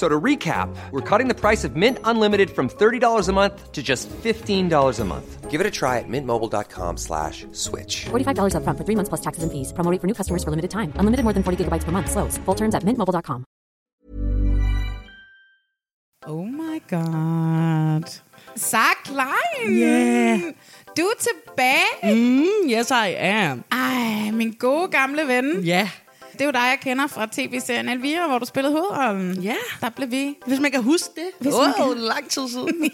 So to recap, we're cutting the price of Mint Unlimited from $30 a month to just $15 a month. Give it a try at mintmobile.com slash switch. $45 up front for three months plus taxes and fees. Promoting for new customers for limited time. Unlimited more than 40 gigabytes per month. Slows. Full terms at mintmobile.com. Oh my god. Sarah Klein! Ja. Du er tilbage! Mm, yes, I am. Ej, min gode gamle ven. Ja. Det er jo dig, jeg kender fra tv-serien Elvira, hvor du spillede hovedrollen. Ja. Der blev vi. Hvis man kan huske det. Hvis man kan. Åh, lang tid siden.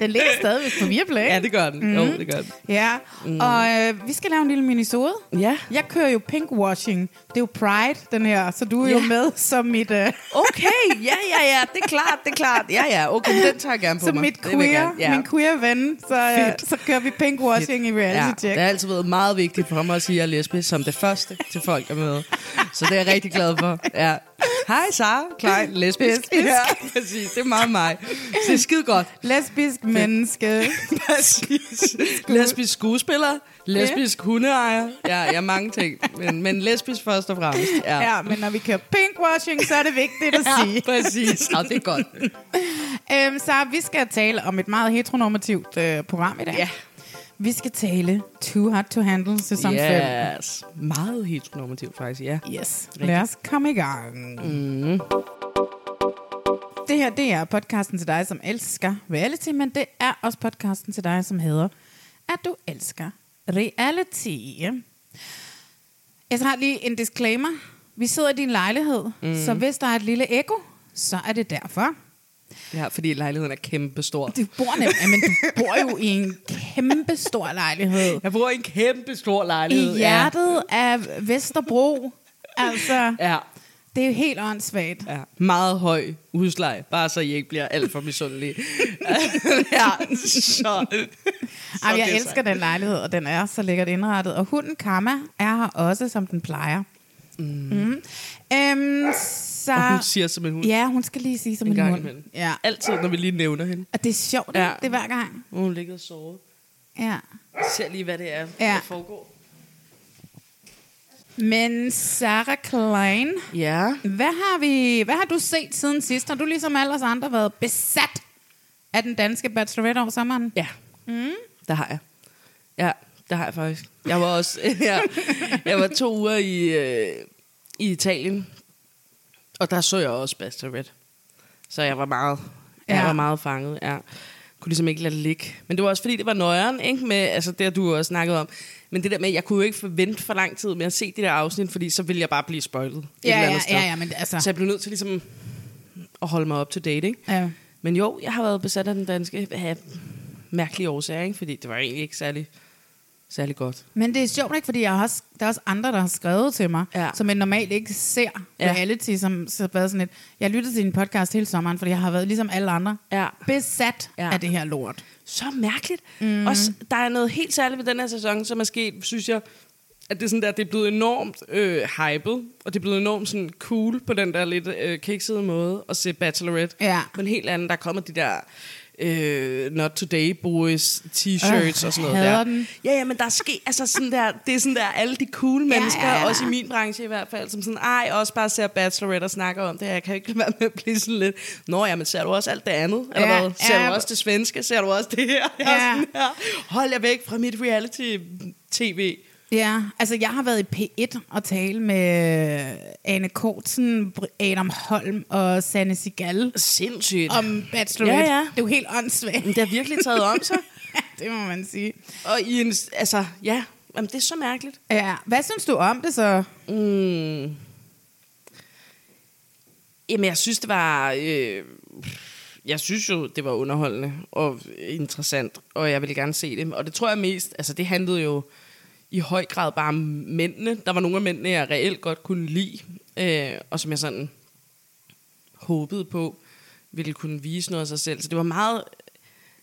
Den ligger stadigvæk på Viaplay. ja, det gør den. Mm. Jo, det gør den. Ja, mm. og øh, vi skal lave en lille minisode. Ja. Jeg kører jo pinkwashing. Det er jo Pride, den her, så du er jo Ja. med som mit, øh, Okay, ja, ja, ja, det er klart, det er klart. Ja, ja, okay, men den tager jeg gerne på som mig. mit Det vil jeg queer, gerne. ja. min queer ven. Så, øh, så kører vi pinkwashing i reality Ja, check. det har altid været meget vigtigt for mig at sige, at jeg er lesbisk som det første til folk, jeg møder. Så det er jeg rigtig glad for. Ja. Hej, Sara. Klein, lesbisk. Lesbisk. Ja, præcis. Det er meget mig. Så det er skide godt. Lesbisk menneske. Præcis. Lesbisk skuespiller. Lesbisk hundeejer. Ja, jeg er mange ting. Men, men lesbisk først og fremmest. Ja, Ja, men når vi kører pinkwashing, så er det vigtigt at sige. ja præcis. Ja, det er godt. Øhm, så vi skal tale om et meget heteronormativt øh, program i dag. Ja. Vi skal tale Too Hard to Handle sæson 5. Yes. Meget heteronormativt faktisk, ja. Yes. Lad os komme i gang. Mm. Det her, det er podcasten til dig, som elsker reality, men det er også podcasten til dig, som hedder, at du elsker reality. Jeg har lige en disclaimer. Vi sidder i din lejlighed, mm. så hvis der er et lille ekko, så er det derfor. Ja, fordi lejligheden er kæmpestor. Du bor, nem, men du bor jo i en kæmpe stor lejlighed. Jeg bor i en kæmpestor lejlighed. I hjertet af Vesterbro. Altså, Ja. ja. det er jo helt åndssvagt. Ja, meget høj husleje, bare så I ikke bliver alt for misundelige. ja, så... Ej, jeg det er elsker den lejlighed, og den er så lækkert indrettet. Og hunden Kama er her også, som den plejer. Mm. Mm. Øhm, så... Og hun siger som en hund. Ja, hun skal lige sige som En en, gang hund. imellem. Ja. Altid, når vi lige nævner hende. Og det er sjovt, ja. Ja. det er hver gang. Og Hun ligger og sover. Ja. Jeg ser lige, hvad det er, Ja. der foregår. Men Sarah Klein, Ja. hvad har, vi, hvad har du set siden sidst? Har du ligesom alle os andre været besat af den danske bachelorette over sommeren? Ja. Mm. Der har jeg. Ja, der har jeg faktisk. Jeg var også... jeg, jeg var to uger i, øh, i Italien, og der så jeg også Bachelorette. Så jeg var meget, jeg Ja. var meget fanget, ja. Kunne ligesom ikke lade det ligge. Men det var også fordi, det var nøjeren, ikke? Med, altså det har du også snakket om. Men det der med, jeg kunne jo ikke forvente for lang tid med at se det der afsnit, fordi så ville jeg bare blive spoilet. et Ja, eller ja, andet sted. ja, ja, men altså- Så jeg blev nødt til ligesom at holde mig op to date, ikke? Ja. Men jo, jeg har været besat af den danske af mærkelige årsager, ikke? fordi det var egentlig ikke særlig, særlig godt. Men det er sjovt, ikke? Fordi jeg har også, der er også andre, der har skrevet til mig, ja. Ja. som jeg normalt ikke ser ja. Ja. reality, som så har været sådan et... Jeg lyttede til din podcast hele sommeren, fordi jeg har været ligesom alle andre Ja. besat ja. Ja. af det her lort. Så mærkeligt. Mm. Også, der er noget helt særligt ved den her sæson, som er sket, synes jeg, at det er, sådan der, det er blevet enormt øh, hypet, og det er blevet enormt sådan cool på den der lidt øh, kiksede måde at se Bachelorette. Ja. På en helt anden, der kommer de der øh, Not Today Boys t-shirts Øh, og sådan noget hader der. dem. Ja, ja, men der er ske, altså sådan der, det er sådan der, alle de cool mennesker, ja, ja, ja, ja. ja. også i min branche i hvert fald, som sådan, ej, også bare ser Bachelorette og snakker om det, jeg kan ikke lade være med at blive sådan lidt, nå ja, men ser du også alt det andet? Eller Ja, ja, hvad? Ser ja. du også det svenske? Ser du også det her? Jeg Ja. ja. sådan her. Hold jer væk fra mit reality-tv. Ja, altså jeg har været i P1 og tale med Anne Kortsen, Br- Adam Holm og Sanne Sigal Sindssygt. Om om Bachelorette. Ja, ja. Det er jo helt åndssvagt. det har virkelig taget om sig. det må man sige. Og i en, altså, ja, Jamen, det er så mærkeligt. Ja. Hvad synes du om det så? Mm. Jamen, jeg synes, det var... Øh, jeg synes jo, det var underholdende og interessant, og jeg ville gerne se det. Og det tror jeg mest... Altså, det handlede jo i høj grad bare om mændene. Der var nogle af mændene, jeg reelt godt kunne lide, øh, og som jeg sådan håbede på, ville kunne vise noget af sig selv. Så det var meget,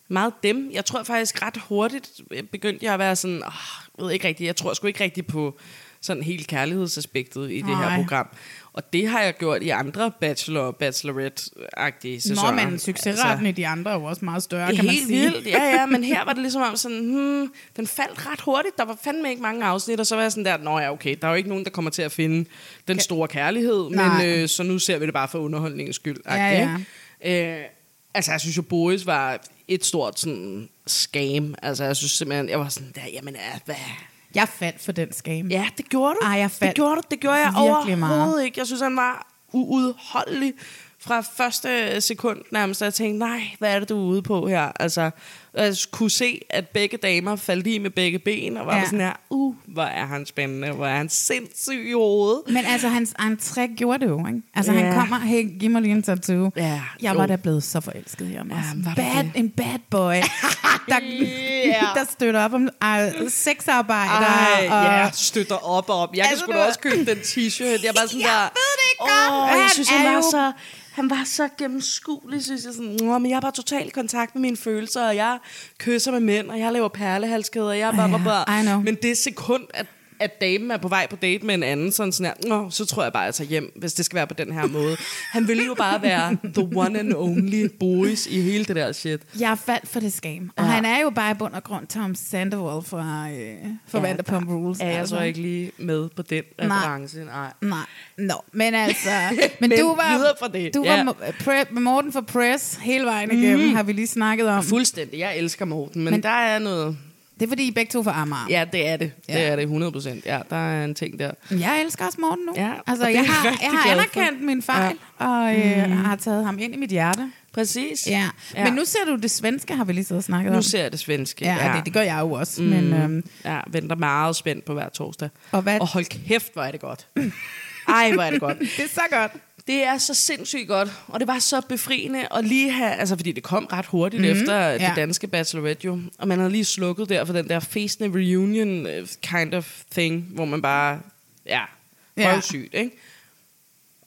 meget dem. Jeg tror faktisk ret hurtigt øh, begyndte jeg at være sådan, oh, ved ikke rigtigt, jeg tror sgu ikke rigtigt på sådan helt kærlighedsaspektet i det her Nej. program. Og det har jeg gjort i andre bachelor og bachelorette-agtige sæsoner. Nå, men succesraten altså, i de andre er jo også meget større, kan man helt sige. vildt. Ja, ja, men her var det ligesom om sådan, hmm, den faldt ret hurtigt. Der var fandme ikke mange afsnit, og så var jeg sådan der, nå ja, okay, der er jo ikke nogen, der kommer til at finde den store kærlighed, Nej. men øh, så nu ser vi det bare for underholdningens skyld. Ja, ja. Øh, altså, jeg synes jo, Boris var et stort sådan scam. Altså, jeg synes simpelthen, jeg var sådan der, jamen, ja, hvad, Jeg faldt for den skam. Ja, det gjorde du. Ej, jeg Det faldt gjorde du. Det gjorde jeg virkelig overhovedet meget. meget. ikke. Jeg synes, han var uudholdelig fra første sekund nærmest. Og jeg tænkte, nej, hvad er det, du er ude på her? Altså, jeg kunne se, at begge damer faldt i med begge ben, og var Ja. ja. sådan her, uh, hvor er han spændende, hvor er han sindssyg i hovedet. Men altså, hans entré gjorde det jo, ikke? Altså, Ja. han kommer, hey, giv mig lige en tattoo. Ja, jeg var jo. da blevet så forelsket i ham. altså. var du bad, det? en bad boy, der, der støtter op om uh, sexarbejder. Ej, og, øh, ja, støtter op og op. Jeg Altså, kan sgu du- da også købe den t-shirt. Jeg er bare sådan Jeg der... ved det ikke godt, Åh, men jeg han synes, er han var, jo- så, han var så gennemskuelig, synes jeg. Sådan, Nå, men jeg er bare totalt i kontakt med mine følelser, og jeg kysser med mænd, og jeg laver perlehalskæder, og jeg er bare, Ja, bare, bare. I know. Men det sekund, at at damen er på vej på date med en anden, sådan sådan her, Nå, så tror jeg bare, at jeg tager hjem, hvis det skal være på den her måde. Han ville jo bare være the one and only boys i hele det der shit. Jeg faldt for det skam. Og ja. han er jo bare i bund og grund Tom Sandoval fra, øh, fra ja, Vanderpump Rules. Er jeg altså. så ikke lige med på den Nej. reference? Nej. Nej, no. men altså... Men, Men du var, videre fra det, Du ja. Mhm. var pre, Morten for Press hele vejen igennem, mm. har vi lige snakket om. Fuldstændig. Jeg elsker Morten, men, men der er noget... Det er fordi, I begge to er fra Amager. Ja, det er det. Ja. Ja. Det er det 100 procent. Ja, der er en ting der. Jeg elsker også Morten nu. Ja, altså, og det er jeg jeg har, rigtig jeg har glad for. Mhm. anerkendt min fejl, ja. og øh, mm. har taget ham ind i mit hjerte. Præcis. Ja. ja. Men nu ser du det svenske, har vi lige siddet og snakket om. nu ser jeg det svenske. ja, ja. Det, det gør jeg jo også. Mm. Men, øhm, Ja, venter meget spændt på hver torsdag. Og hvad- og hold kæft, hvor er det godt. Ej, hvor er det godt. det er så godt. Det er så sindssygt godt, og det var så befriende at lige have, altså fordi det kom ret hurtigt mm-hmm. efter Mhm. ja. ja. det danske Bachelorette jo, og man havde lige slukket der for den der festende reunion øh, kind of thing, hvor man bare, ja, Ja. røvsygt, ikke?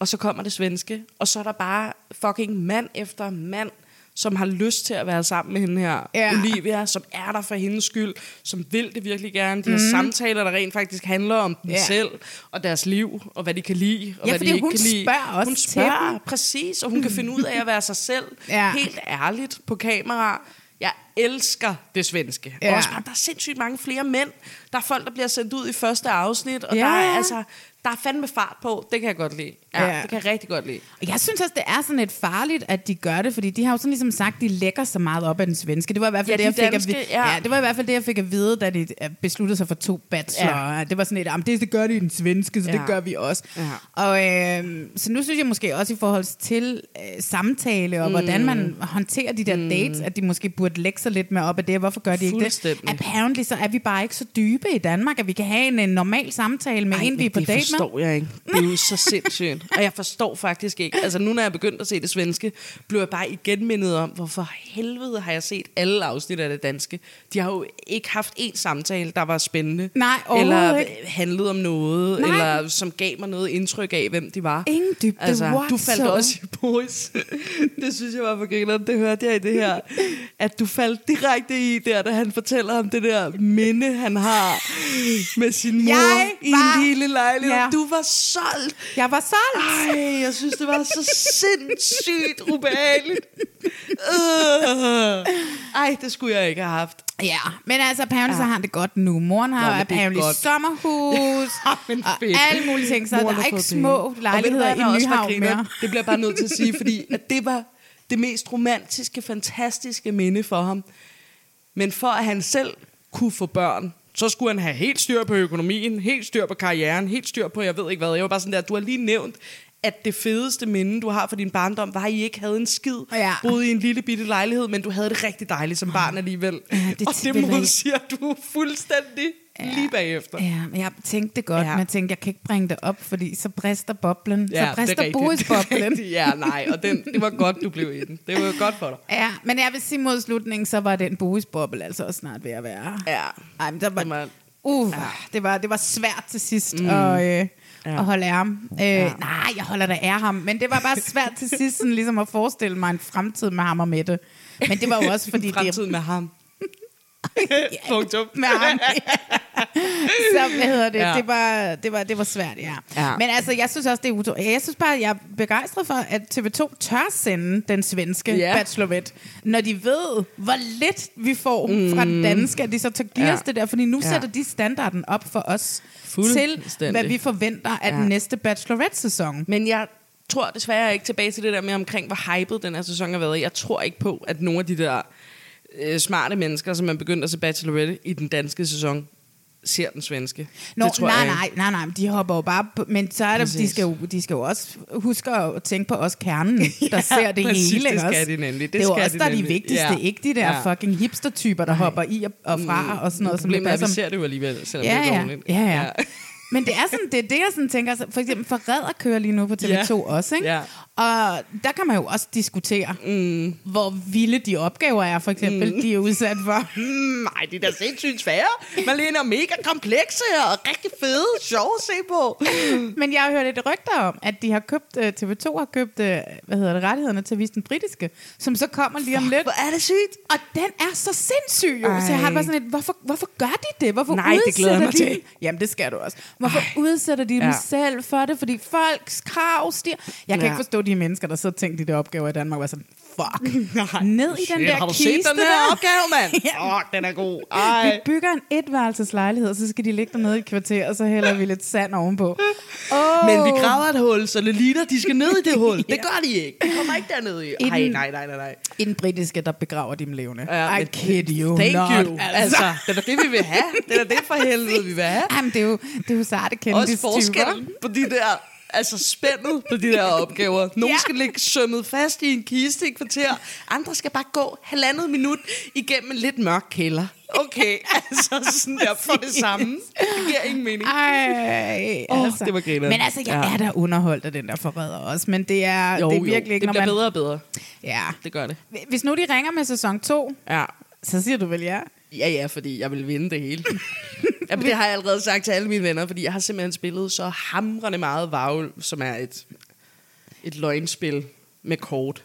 Og så kommer det svenske, og så er der bare fucking mand efter mand, som har lyst til at være sammen med hende her, Ja. Olivia, som er der for hendes skyld, som vil det virkelig gerne. De har samtaler, der rent faktisk handler om dem Mhm. Ja. selv, og deres liv, og hvad de kan lide, og Ja, hvad de fordi ikke hun kan lide. spørger også hun til spørger, dem. præcis, og hun kan finde ud af at være sig selv Ja. ja. helt ærligt på kamera. Jeg elsker det svenske. Ja. Ja. Også bare, der er sindssygt mange flere mænd. Der er folk, der bliver sendt ud i første afsnit, og Ja. ja. der, er, altså, der er fandme fart på. Det kan jeg godt lide. Ja, Ja. ja. Det kan jeg rigtig godt lide. Og Jeg synes også, det er sådan lidt farligt, at de gør det, fordi de har jo sådan ligesom sagt, de lægger så meget op af den svenske. Det var i hvert fald, Ja, det, jeg de fik danske, at vide, ja. ja, det var i hvert fald det, jeg fik at vide, da de øh, besluttede sig for to bachelorer. Ja. Det var sådan et, "Jamen, det, det gør de i den svenske, så ja. det Ja. gør vi også. Ja. Ja. Og, øh, så nu synes jeg måske også i forhold til øh, samtale og mm. hvordan man håndterer de der mm. dates, at de måske burde lægge sig lidt mere op af det. Hvorfor gør de ikke det? Fuldstændig. Apparently så er vi bare ikke så dybe i Danmark, at vi kan have en, en normal samtale med Ej, en, vi er på det date med. forstår jeg ikke. Det er jo så sindssygt. Og jeg forstår faktisk ikke. Altså nu, når jeg begyndte at se det svenske, blev jeg bare igen mindet om, hvorfor helvede har jeg set alle afsnit af det danske. De har jo ikke haft én samtale, der var spændende. Nej, Eller overhovedet ikke. handlede om noget, Nej. Nej. eller som gav mig noget indtryk af, hvem de var. Altså, Ingen dybde Du faldt whatsoever. også i Boris. det synes jeg var for grineren. Det hørte jeg i det her. At du faldt direkte i der, da han fortæller om det der minde, han har med sin mor Jeg i var- en lille lejlighed. Ja. Du var solgt. Jeg var solgt! Ej, jeg synes, det var så sindssygt ubehageligt. Øh. Ej, det skulle jeg ikke have haft. Ja, men altså apparently ja. så har han det godt nu. Moren har Nå, jo men det er apparently godt. sommerhus Men og fedt. alle mulige ting, så Moren der er har ikke fået små penge. lejligheder Og ved du hvad, der i også var Nyhavn griner? mere. Det bliver jeg bare nødt til at sige, fordi at det var det mest romantiske, fantastiske minde for ham. Men for at han selv kunne få børn, så skulle han have helt styr på økonomien, helt styr på karrieren, helt styr på, jeg ved ikke hvad. Jeg var bare sådan der, du har lige nævnt at det fedeste minde, du har for din barndom, var, at I ikke havde en skid, Ja. boede i en lille bitte lejlighed, men du havde det rigtig dejligt som barn alligevel. Ja, det det og vil det jeg ikke. modsiger du fuldstændig ja. lige bagefter. Ja, men jeg tænkte det godt, ja. Ja. men jeg tænkte, jeg kan ikke bringe det op, fordi så brister boblen. Ja, så det er brister rigtigt. Det er boesboblen. rigtigt. Ja, nej, og den, det var godt, du blev i den. Det var godt for dig. Ja, men jeg vil sige, mod slutningen, så var den boesboble altså også snart ved at være. Ja. Ej, men der var, Den var, var- uh, ja. det, var, det var svært til sidst mm. at, øh, ja. at holde af ham. Øh, ja. Nej, jeg holder da af ham, men det var bare svært til sidst sådan, ligesom at forestille mig en fremtid med ham og Mette. Men det var jo også, fordi det Fremtid med ham. Punktum. med ham. så hvad hedder det? Ja. Ja. Det, var, det, var, det var svært, ja. ja. Ja. Men altså, jeg synes også, det er utroligt. Jeg synes bare, jeg er begejstret for, at TV2 tør sende den svenske ja. Ja. bachelorette, når de ved, hvor lidt vi får mm. fra den danske, at de så tager give Ja. os det der, fordi nu ja. Ja. sætter de standarden op for os til, Fuldstændig. hvad vi forventer af ja. Ja. den næste bachelorette-sæson. Men jeg tror desværre ikke tilbage til det der med omkring, hvor hyped den her sæson har været. Jeg tror ikke på, at nogle af de der øh, smarte mennesker, som man begyndte at se Bachelorette i den danske sæson, ser den svenske. Nå, det tror nej, jeg ikke. nej, nej, nej, men de hopper jo bare på, men så er det, de Præcis. skal, jo, de skal jo også huske at tænke på os kernen, der ja, ser det præcis, hele. det ikke skal også? de nemlig, det det er jo skal også, de der er de nemlig. vigtigste, Ja. ikke de der Ja. Mm. fucking hipster-typer, der hopper i og, og fra og sådan noget. Som det Problemet er, at vi passer- ser det jo alligevel, selvom ja, det er ja, dårligt. ja, ja. Men det er sådan, det, er det jeg sådan tænker, altså, for eksempel forræder kører lige nu på TV2 Ja. også, ikke? Ja. Og der kan man jo også diskutere, mm. hvor vilde de opgaver er, for eksempel, mm. de er udsat for. Mm, nej, de er da sindssygt svære. Malene er mega komplekse og rigtig fede, sjove at se på. Men jeg har hørt et rygte om, at de har købt, øh, TV2 har købt, øh, hvad hedder det, rettighederne til at vise den britiske, som så kommer lige om lidt. Hvor er det sygt. Og den er så sindssyg jo, så Ej. jeg har det bare sådan et, hvorfor, hvorfor gør de det? Hvorfor Nej, det udsætter glæder jeg mig de? til. Jamen, det skal du også. Hvorfor Ej. udsætter de ja. dem Ja. selv for det? Fordi folks krav stiger. Jeg kan Ja. ikke forstå de mennesker, der sidder og tænker de der opgaver i Danmark, og er sådan, fuck, ned i den Shit, der har du kiste set den her der. opgave, mand? Ja. Åh, oh, den er god. Vi Ej. bygger en etværelseslejlighed, og så skal de ligge dernede i et kvarter, og så hælder vi lidt sand ovenpå. Oh. Men vi graver et hul, så Lelita, de skal ned i det hul. Det gør de ikke. De kommer ikke dernede i. Ej, Inden- nej, nej, nej, nej. I den britiske, der begraver dem levende. Ja, I men- kid you Thank not. you. Altså, det er det, vi vil have. Det er det for helvede, vi vil have. Jamen, det er jo, det er jo sarte Også kendtis forskellen på de der Altså spændet på de der opgaver. Ja. Nogle ja. skal ligge sømmet fast i en kiste i et kvarter. Andre skal bare gå halvandet minut igennem en lidt mørk kælder. Okay, altså sådan der for det samme. Det giver ingen mening. Ej, Åh, det var grineren. Men altså, jeg Ja. er da underholdt af den der forræder også, men det er, Jo, det er jo. virkelig ikke, det når bliver man... bedre og bedre. Ja. Det gør det. Hvis nu de ringer med sæson 2, Ja. så siger du vel ja? Ja, ja, fordi jeg vil vinde det hele. Jamen, det har jeg allerede sagt til alle mine venner, fordi jeg har simpelthen spillet så hamrende meget Varvel, som er et, et løgnspil med kort,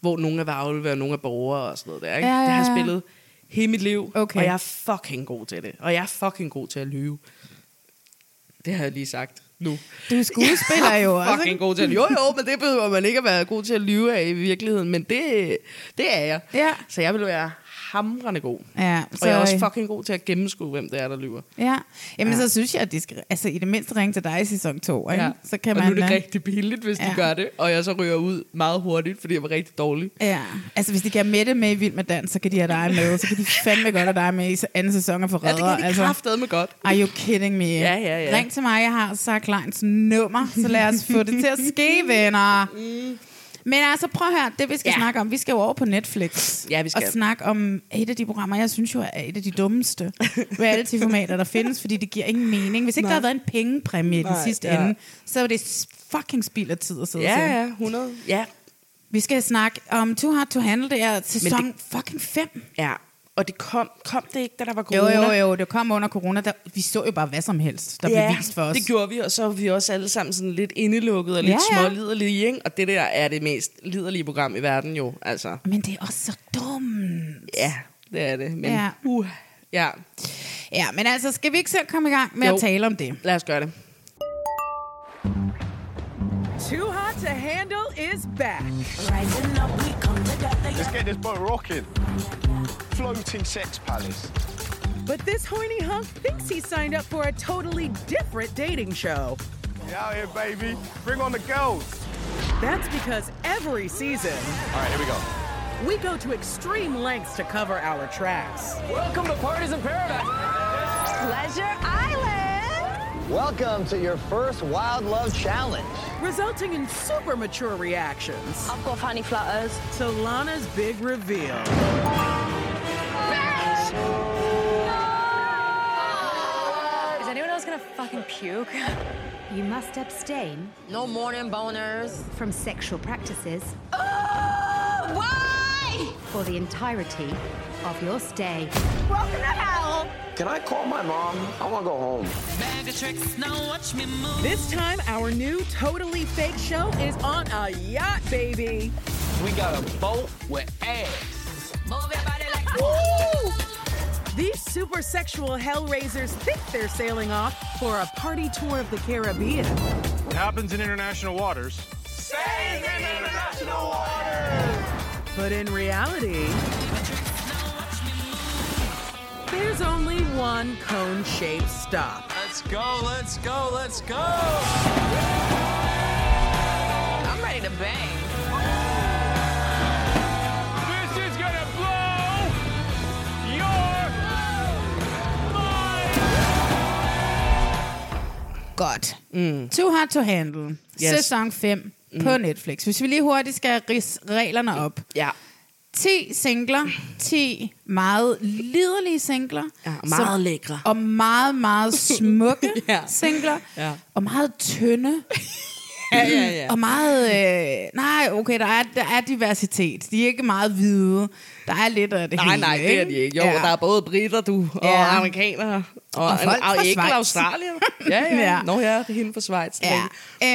hvor nogle er varvelve og nogle er borgere og sådan noget der. Ikke? Ja, ja, Det har ja. jeg spillet hele mit liv, Okay. og jeg er fucking god til det. Og jeg er fucking god til at lyve. Det har jeg lige sagt nu. Du er skuespiller jo altså. også, fucking ikke? god til at lyve. Jo, jo, men det behøver man ikke at være god til at lyve af i virkeligheden, men det, det er jeg. Ja. Så jeg vil være hamrende god. Ja, og så- øh, jeg er også fucking god til at gennemskue, hvem det er, der lyver. Ja. Jamen, ja. så synes jeg, at de skal altså, i det mindste ringe til dig i sæson 2, ikke? Så kan og man... nu er øh, det rigtig pinligt, hvis ja. Ja. de gør det, og jeg så ryger ud meget hurtigt, fordi jeg var rigtig dårlig. Ja, altså hvis de kan have Mette med i Vild med Dans, så kan de have dig med. Så kan de fandme godt have dig med i anden sæson af Forræder. Ja, det kan de altså. kraftedeme godt. Are you kidding me? Ja, ja, ja. Ring til mig, jeg har Sarah Kleins nummer, så lad os få det til at ske, venner. Men altså, prøv her, det vi skal ja. Mm. Ja. snakke om, vi skal jo over på Netflix. Ja, vi skal. Og snakke om et af de programmer, jeg synes jo er et af de dummeste reality-formater, der findes, fordi det giver ingen mening. Hvis ikke Nej. der havde været en pengepræmie i den Nej, sidste ja. ende, så er det s- fucking spild af tid at sidde og se. Ja, ja, 100. Ja, Vi skal snakke om Too Hard to Handle, det er sæson det... fucking 5. ja. Og det kom, kom det ikke, da der var Jo, corona? jo, jo, det kom under corona. Der, vi så jo bare hvad som helst, der ja, blev vist for os. det gjorde vi, og så var vi også alle sammen sådan lidt indelukket og lidt Ja, ja, ja. ja. småliderlige, ikke? Og det der er det mest liderlige program i verden jo, altså. Men det er også så dumt. Ja, det er det. Men, Ja. Uh, ja, Ja, men altså, skal vi ikke selv komme i gang med jo. Jo. at tale om det? lad os gøre det. Too Hot to Handle is back. Let's get this boat rocking. Floating sex palace. But this hoiny hunk thinks he signed up for a totally different dating show. Get out here, baby. Bring on the girls. That's because every season, All right, here we go. we go to extreme lengths to cover our tracks. Welcome to Parties in Paradise. Pleasure Island. Welcome to your first Wild Love Challenge. resulting in super mature reactions. I've got fanny flutters. To Lana's big reveal. Is anyone else gonna fucking puke? You must abstain No morning boners. from sexual practices Oh, why? for the entirety of your stay. Welcome to hell. Can I call my mom? I want to go home. This time, our new totally fake show is on a yacht, baby. We got a boat with ass. Move your body like These super sexual hellraisers think they're sailing off for a party tour of the Caribbean. It happens in international waters. But in reality, there's only one cone shaped stop. Let's go, let's go, let's go! I'm ready to bang. This is gonna blow your mind. Godt. Mm. Too Hard to Handle. Yes. Sæson 5 mm. på Netflix. Hvis vi lige hurtigt skal ris reglerne op. Ja. 10 singler, 10 meget liderlige singler. Ja, og meget lækre. Og meget, meget smukke Ja. ja. singler. Ja. Og meget tynde. Ja, ja, ja. Og meget... Øh, nej, okay, der er, der er diversitet. De er ikke meget hvide. Der er lidt af det Nej, hele. nej, det er de ikke. Jo, ja. der er både britter, du, og ja. Ja. amerikanere. Og, Og folk fra ikke Schweiz. Australien. Ja, ja. ja. Ja. Nå ja, det er hende fra Schweiz. Ja.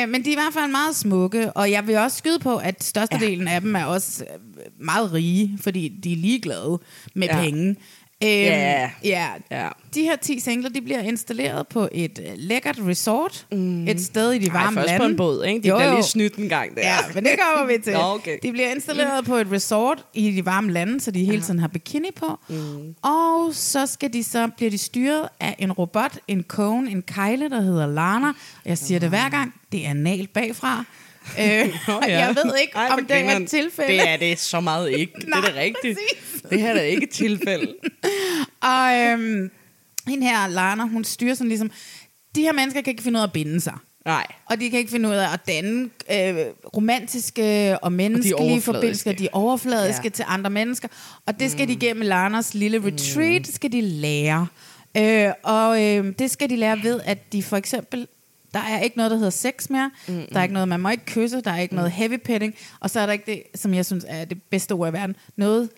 Øh, men de er i hvert fald meget smukke, og jeg vil også skyde på, at størstedelen ja. af dem er også øh, meget rige, fordi de er ligeglade med Ja. ja. penge. Øhm, Ja. ja. Ja. De her 10 singler, de bliver installeret på et øh, lækkert resort, mm. et sted i de Ej, varme først lande. på en båd, ikke? De jo, Jo, bliver jo. lige snydt en gang der. Ja, men det kommer vi til. Nå, okay. De bliver installeret på et resort i de varme lande, så de Ah. hele tiden har bikini på. Mm. Og så skal de så bliver de styret af en robot, en kone, en kejle, der hedder Lana. Og Jeg siger det hver gang, det er nal bagfra. Øh, Nå, ja. Jeg ved ikke, Ej, om hvor det er grineren. et tilfælde. Det er det så meget ikke. Nej, det er da Nej, rigtigt. præcis. Det her er da ikke et tilfælde. Og øhm, hende her, Lana, hun styrer sådan ligesom, de her mennesker kan ikke finde ud af at binde sig. Nej. Og de kan ikke finde ud af at danne øh, romantiske og menneskelige overfladiske. forbindelser. De er overfladiske Ja. ja. til andre mennesker. Og det skal mm. de gennem Lanas lille retreat, skal de lære. Øh, og øh, det skal de lære ved, at de for eksempel... Der er ikke noget, der hedder sex mere. Mm-hmm. Der er ikke noget, man må ikke kysse. Der er ikke mm. noget heavy petting. Og så er der ikke det, som jeg synes er det bedste ord i verden. Noget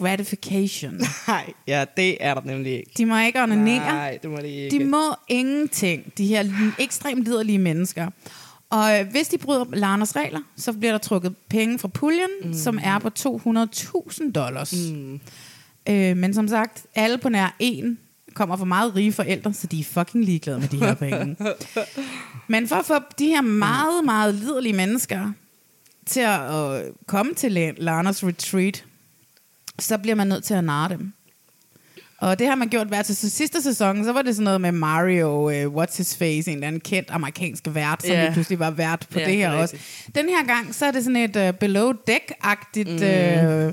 self-gratification. Nej, ja, det er der nemlig ikke. De må ikke onanere. Nej, det må de ikke. De må ingenting, de her li- ekstremt liderlige mennesker. Og øh, hvis de bryder Larners regler, så bliver der trukket penge fra puljen, mm. som er på 200.000 dollars. Mm. Øh, men som sagt, alle på nær en kommer fra meget rige forældre, så de er fucking ligeglade med de her penge. men for at få de her meget, meget liderlige mennesker til at øh, komme til La- Larners retreat, så bliver man nødt til at narre dem. Og det har man gjort hver til så sidste sæson, så var det sådan noget med Mario, uh, What's His Face, en eller anden kendt amerikansk vært, som Ja. yeah. pludselig var vært på Ja, yeah, det her det er også. Den her gang, så er det sådan et uh, below deck-agtigt, mm. uh,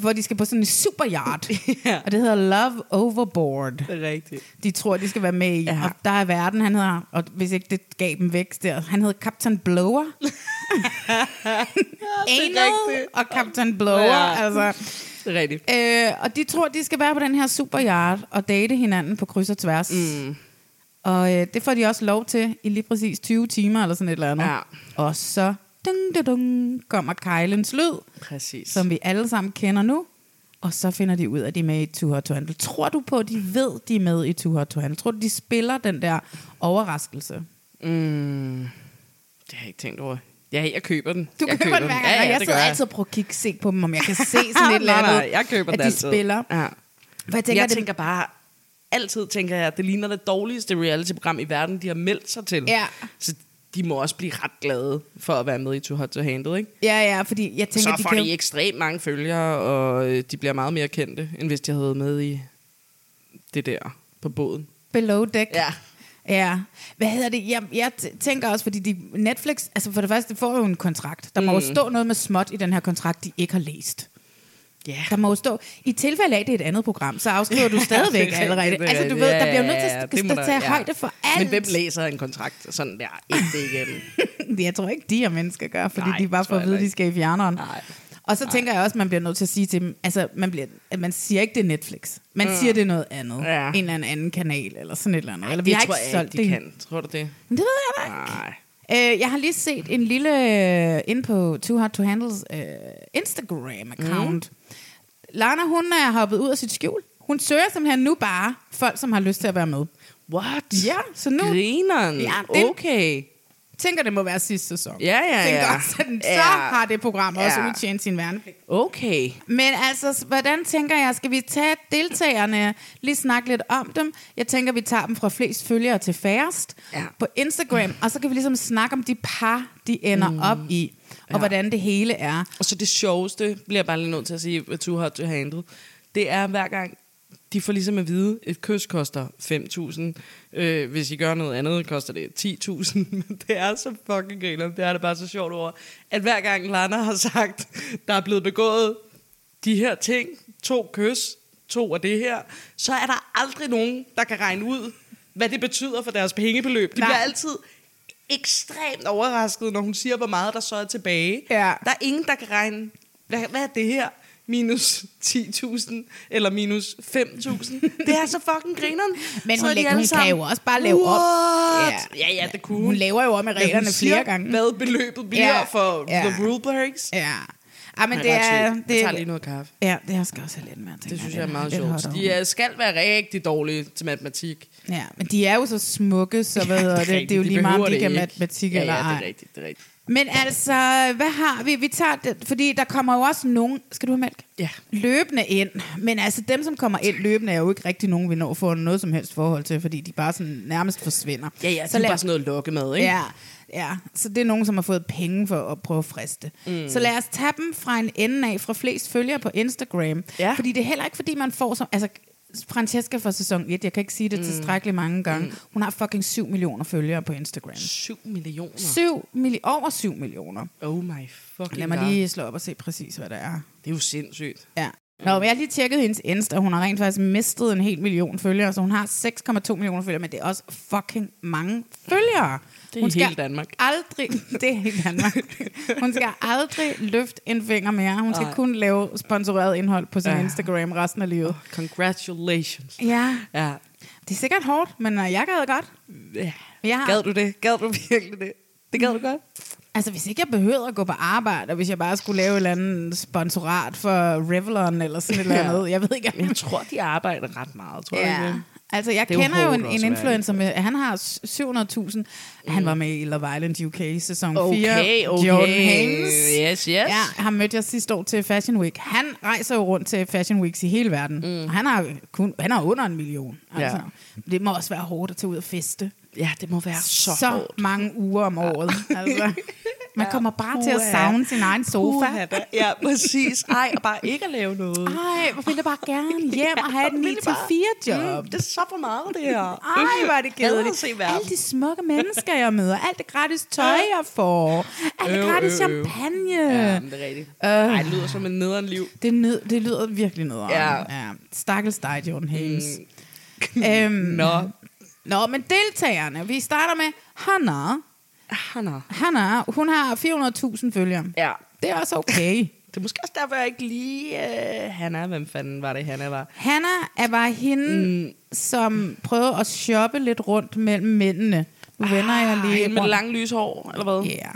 hvor de skal på sådan en superyacht, Ja. og det hedder Love Overboard. Det er rigtigt. De tror, de skal være med i, Ja. ja. og der er verden, han hedder, og hvis ikke det gav dem vækst der, han hedder Captain Blower. Anal rigtigt. og Captain Blower, Ja. ja. altså... Det er rigtigt. Øh, og de tror, de skal være på den her superyard og date hinanden på kryds og tværs. Mm. Og øh, det får de også lov til i lige præcis 20 timer eller sådan et eller andet. Ja. Og så ding, ding, ding, kommer Kejlens lyd, Præcis. som vi alle sammen kender nu. Og så finder de ud af, at de er med i Too Hot to Handle. Tror du på, at de ved, de er med i Too Hot to Handle? Tror du, de spiller den der overraskelse? Det har jeg ikke tænkt over. Ja, jeg køber den. Du jeg køber, køber den hver gang, Ja, ja, og jeg det sidder gør Ah, altid og prøver at kigge, se på dem, om jeg kan se sådan Nej, et eller andet, nej, jeg køber at den de altid. spiller. For Ja. jeg Tænker, tænker, jeg det- tænker bare, altid tænker jeg, at det ligner det dårligste reality-program i verden, de har meldt sig til. Ja. Så de må også blive ret glade for at være med i Too Hot to Handle, ikke? Ja, ja, fordi jeg tænker, Tænker, så får kan de, jo- ekstremt mange følgere, og øh, de bliver meget mere kendte, end hvis de havde været med i det der på båden. Below Deck. Ja. Ja. Hvad hedder det? Jeg, jeg t- tænker også, fordi de, Netflix, Mm. altså for det første, de får jo en kontrakt. Der må jo stå noget med småt i den her kontrakt, de ikke har læst. Yeah. Der må jo stå, i tilfælde af, at det er et andet program, så afskriver du stadigvæk det er allerede. rigtigt, Altså, du det ved, er- der bliver jo nødt ja, til det må at der- tage ja. højde for alt. Men hvem læser en kontrakt sådan der? Ikke igennem. jeg tror ikke, de her mennesker gør, fordi Nej, de bare tror får at jeg vide, heller de skal i fjerneren. Og så tænker jeg også, at man bliver nødt til at sige til dem, altså man, bliver, at man siger ikke, det er Netflix. Man Mm. siger, det er noget andet. Ja. En eller anden kanal, eller sådan et eller andet. eller, det vi har tror ikke jeg solgt ikke, de det. kan. Tror du det? Men det ved jeg da ikke. Øh, jeg har lige set en lille, øh, inde på Too Hot To Handles øh, Instagram-account. Mm. Lana, hun øh, er hoppet ud af sit skjul. Hun søger simpelthen nu bare folk, som har lyst til at være med. What? Ja, så nu... Grineren. Mm, Okay. Tænker, det må være sidste sæson. Ja, ja, tænker ja. Også, at den, så Ja. har det program også Ja. udtjent sin værnepligt. Okay. Men altså, s- hvordan tænker jeg, skal vi tage deltagerne, lige snakke lidt om dem? Jeg tænker, vi tager dem fra flest følgere til færrest ja. på Instagram, og så kan vi ligesom snakke om de par, de ender mm. op i, og ja. hvordan det hele er. Og så det sjoveste, bliver jeg bare lige nødt til at sige, hvad too hot to handle, det er hver gang, de får ligesom at vide, et kys koster 5.000. Øh, hvis I gør noget andet, koster det 10.000. Men det er så fucking griner. Det er det bare så sjovt over. At hver gang Lana har sagt, der er blevet begået de her ting, to kys, to af det her, så er der aldrig nogen, der kan regne ud, hvad det betyder for deres pengebeløb. De Nej. bliver altid ekstremt overrasket, når hun siger, hvor meget der så er tilbage. Ja. Der er ingen, der kan regne, hvad, hvad er det her? Minus 10.000 eller minus 5.000. det er så fucking grineren. Men Så hun, er de lægger, alle hun kan sammen, jo også bare lave What? op. Ja, ja, det kunne Hun laver jo om i Men hun reglerne siger, flere gange. hvad beløbet bliver for the rule breaks. Ja. Ah, men Ej, det ret er... sygt. Det, Jeg tager lige noget kaffe. Ja, det jeg skal også have lidt mere. tænker Det synes jeg jeg er meget lidt hot sjovt. dog. De er, skal være rigtig dårlige til matematik. Ja, men de er jo så smukke, så hvad Ja, hedder det, det, rigtigt. det er jo lige meget, behøver om de det kan ikke. matematik ja, eller ja, ej. det er rigtigt, det er rigtigt. Men altså, hvad har vi? Vi tager det, fordi der kommer jo også nogen... Skal du have mælk? Ja. Løbende ind. Men altså, dem, som kommer ind løbende, er jo ikke rigtig nogen, vi når at få noget som helst forhold til, fordi de bare sådan nærmest forsvinder. Ja, ja, så det er bare sådan noget lokkemad, ikke? Ja, ja, så det er nogen, som har fået penge for at prøve at friste. Mm. Så lad os tage dem fra en ende af, fra flest følgere på Instagram. Ja. Fordi det er heller ikke, fordi man får som... Altså, Francesca fra sæson 1, jeg kan ikke sige det mm. tilstrækkeligt mange gange, mm. hun har fucking 7 millioner følgere på Instagram. 7 millioner. 7 milli- over 7 millioner. Oh my fucking Lad mig god. lige slå op og se præcis, hvad det er. Det er jo sindssygt. Ja. Nå, men jeg har lige tjekket hendes Insta, og hun har rent faktisk mistet en hel million følgere, så hun har 6,2 millioner følgere, men det er også fucking mange følgere. Det er hun i hele Danmark. Aldrig, det er hele Danmark. Hun skal aldrig løfte en finger mere. Hun skal Nej. kun lave sponsoreret indhold på sin Ja. Instagram resten af livet. Congratulations. Ja, Ja. det er sikkert hårdt, men øh, jeg gad godt. ja. Jeg har- Gad du det? Gad du virkelig det? Det gad du godt? Altså, hvis ikke jeg behøvede at gå på arbejde, og hvis jeg bare skulle lave et eller andet sponsorat for Revlon eller sådan et eller Ja. andet, jeg ved ikke, om- Men jeg tror, de arbejder ret meget, tror jeg Ja. ikke? Altså, jeg Det er jo kender jo hårdt en, også at en være influencer, med, han har s- 700.000. Han var med i Love Island UK sæson 4. Okay, okay. Jordan Haynes. Yes, yes. Ja, han mødte jeg sidste år til Fashion Week. Han rejser jo rundt til Fashion Weeks i hele verden. Mm. Han, har kun, han har under en million. Altså. Ja. Det må også være hårdt at tage ud og feste. Ja, det må være så, så hårdt. mange uger om året. Altså. Man kommer bare til at Puha. savne sin egen sofa. Puha da. Ja, præcis. Ej, og bare ikke at lave noget. Ej, hvor vil jeg bare gerne hjem og have et Hvor vil jeg bare- 9-4-job. Mm, det er så for meget, det her. Ej, var det Hader at kedeligt. se verden. Alle de smukke mennesker, jeg møder. Alt det gratis tøj, jeg får. Alt det Øv, gratis øv, øv. champagne. Øh, Ja, men det er rigtigt. Øh, Ej, det lyder som en nederen liv. Det, nød, det lyder virkelig noget Ja. ja. Stakkels dig, Jordan Haynes. Mm. øhm, Nå. Nå, men deltagerne. Vi starter med Hannah. Hanna. Hannah, hun har 400.000 følgere. Ja. Det er også okay. Det er måske også derfor, jeg ikke lige... Øh, Hanna, hvem fanden var det, Hanna var? Hannah er bare hende, mm. som prøvede at shoppe lidt rundt mellem mændene. Nu vender jeg Ej, lige Ah, hende med det rundt. lange lyse hår, eller hvad? Ja.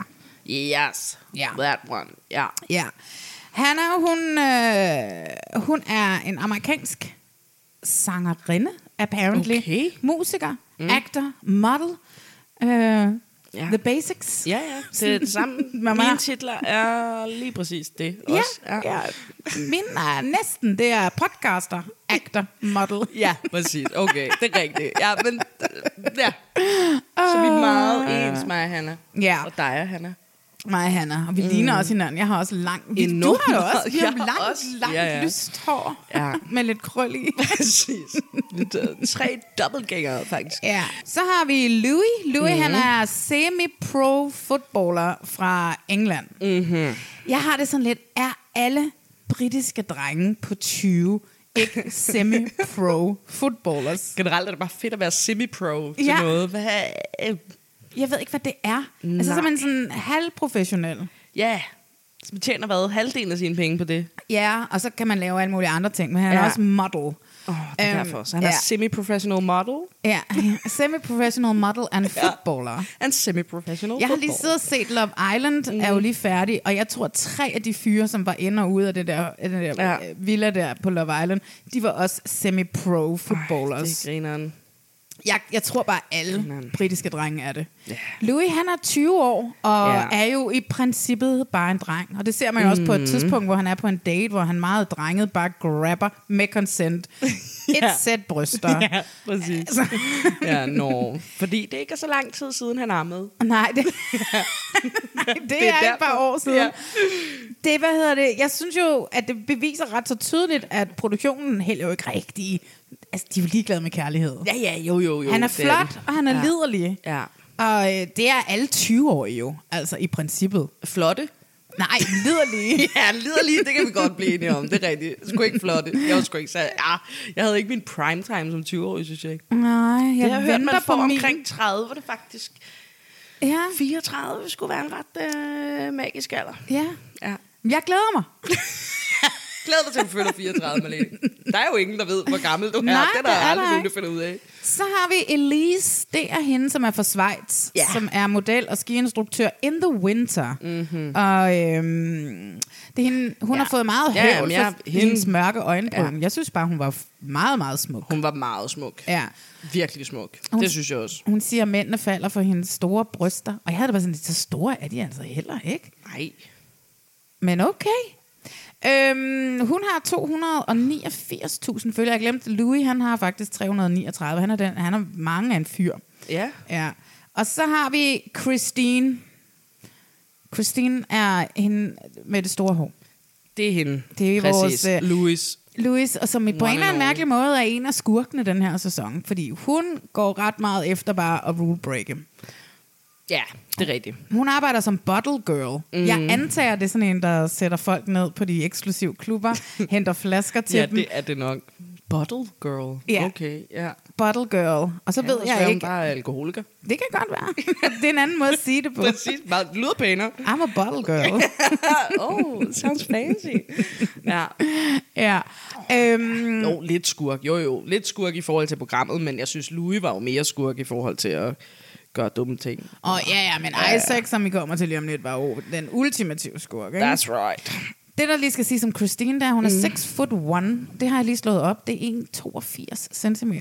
Yeah. Yes. Ja. That one. Ja. Ja. Hannah, hun, øh, hun er en amerikansk sangerinde, apparently. Okay. Musiker, mm. actor, model. Øh, Ja. The basics. Ja, ja. Det er det samme. Mama. Mine titler er lige præcis det Ja, også. ja. Min er næsten, det er podcaster, actor, model. ja, præcis. Okay, det er rigtigt. Ja, men... Ja. Så vi er meget ens, mig og Hanna. Ja. Og dig og Hanna. Mig og Hanna, og vi mm. ligner også hinanden. Jeg har også langt, vi, du Enormt har jo også, meget. vi har Jeg har langt, også- langt ja, ja. lyst hår, Ja. med lidt krøl i. Præcis. Lidt, øh, Tre dobbeltgængere, faktisk. Ja. Så har vi Louis. Louis, mm. han er semi-pro footballer fra England. Mm-hmm. Jeg har det sådan lidt, er alle britiske drenge på 20 ikke semi-pro footballers. Generelt er det bare fedt at være semi-pro til Ja. noget. Hvad? øh, Jeg ved ikke, hvad det er. Nej. Altså, så er man sådan halvprofessionel. Ja, så man tjener hvad? Halvdelen af sine penge på det. Ja, og så kan man lave alle mulige andre ting, men han ja. er Ja. også model. Åh, oh, det er Øhm, derfor. Så han ja. er ja. semi-professional model. Ja, semi-professional model and footballer. En semi-professional Jeg har lige siddet og set Love Island, mm. er jo lige færdig, og jeg tror, tre af de fyre, som var ind og ude af det der, af den der Ja. ja. villa der på Love Island, de var også semi-pro Det footballers. er grineren. Jeg, jeg tror bare, alle Grineren. britiske drenge er det. Ja. Louis, han er 20 år, og Ja. Mm. ja. er jo i princippet bare en dreng. Og det ser man jo også på et tidspunkt, hvor han er på en date, hvor han meget drenget bare grabber med consent. Et Ja. sæt bryster. Ja, præcis. Altså. ja, no. Fordi det ikke er så lang tid siden, han ammede. Nej, det, Nej, det, det er, er et derfor. par år siden. Ja. Ja. Det, hvad hedder det? Jeg synes jo, at det beviser ret så tydeligt, at produktionen heller jo ikke rigtig... Altså, de er jo ligeglade med kærlighed. Ja, ja, jo, jo, jo. han er det det. flot, og han er Ja. ja. liderlig. Ja. Og øh, det er alle 20-årige jo, altså i princippet. Flotte? Nej, liderlige. Ja, liderlige, det kan vi godt blive enige om. Det er rigtigt. Sgu ikke flotte. Jeg var sgu ikke så... Ja, jeg havde ikke min prime time som 20-årig, synes jeg ikke. Nej, jeg Jeg har hørt, venter man på får min. omkring 30, hvor det faktisk... Ja, 34 skulle være en ret øh, magisk alder. ja. Ja. Jeg glæder mig. Glæder dig til, at du fylder 34, Malene. Der er jo ingen, der ved, hvor gammel du er. Nej, det er der det er aldrig der nogen, der ikke. finder ud af. Så har vi Elise, det er hende, som er fra Schweiz, Ja. som er model og skiinstruktør in the winter. Mm-hmm. Og øhm, det er hende, hun Mhm. Ja. ja. har fået meget Ja, ja, høvl jamen, for jeg- hende- hendes mørke øjenbryn. Ja. Ja. Jeg synes bare, hun var f- meget, meget smuk. Hun var meget smuk. Ja. Virkelig smuk. Hun- Det synes jeg også. Hun siger, at mændene falder for hendes store bryster. Og jeg havde det bare sådan, lidt, så store er de altså heller ikke. Nej. Men okay. Øhm, hun har 289.000 følgere. Jeg glemte, Louis han har faktisk 339. Han er, den, han er mange af en fyr. Ja. Ja. Og så har vi Christine. Christine er hende med det store hår. Det er hende. Det er Præcis. vores, øh, Louis. Louis, og som i på en One eller anden and mærkelig måde er en af skurkene den her sæson, fordi hun går ret meget efter bare at rule break him. Ja, det er rigtigt. Hun arbejder som bottle girl. Mm. Jeg Mhm. antager, det er sådan en, der sætter folk ned på de eksklusive klubber, henter flasker til Ja, dem. det er det nok. Bottle girl. Ja. Okay, ja. Bottle girl. Og så ved jeg ikke. bare er alkoholiker. Det kan godt være. det er en anden måde at sige det på. Præcis, bare det lyder pænere. I'm a bottle girl. oh, sounds fancy. ja. ja. Øhm, Jo, lidt skurk. Jo, jo, lidt skurk i forhold til programmet, men jeg synes, Louis var jo mere skurk i forhold til at gøre dumme ting. Og ja, ja, men Isaac, som vi kommer til lige om lidt, var jo den ultimative skurk. Ikke? That's right. Mhm. Det, der lige skal sige som Christine, der hun er 6 foot 1. Det har jeg lige slået op. Det er 1,82 cm.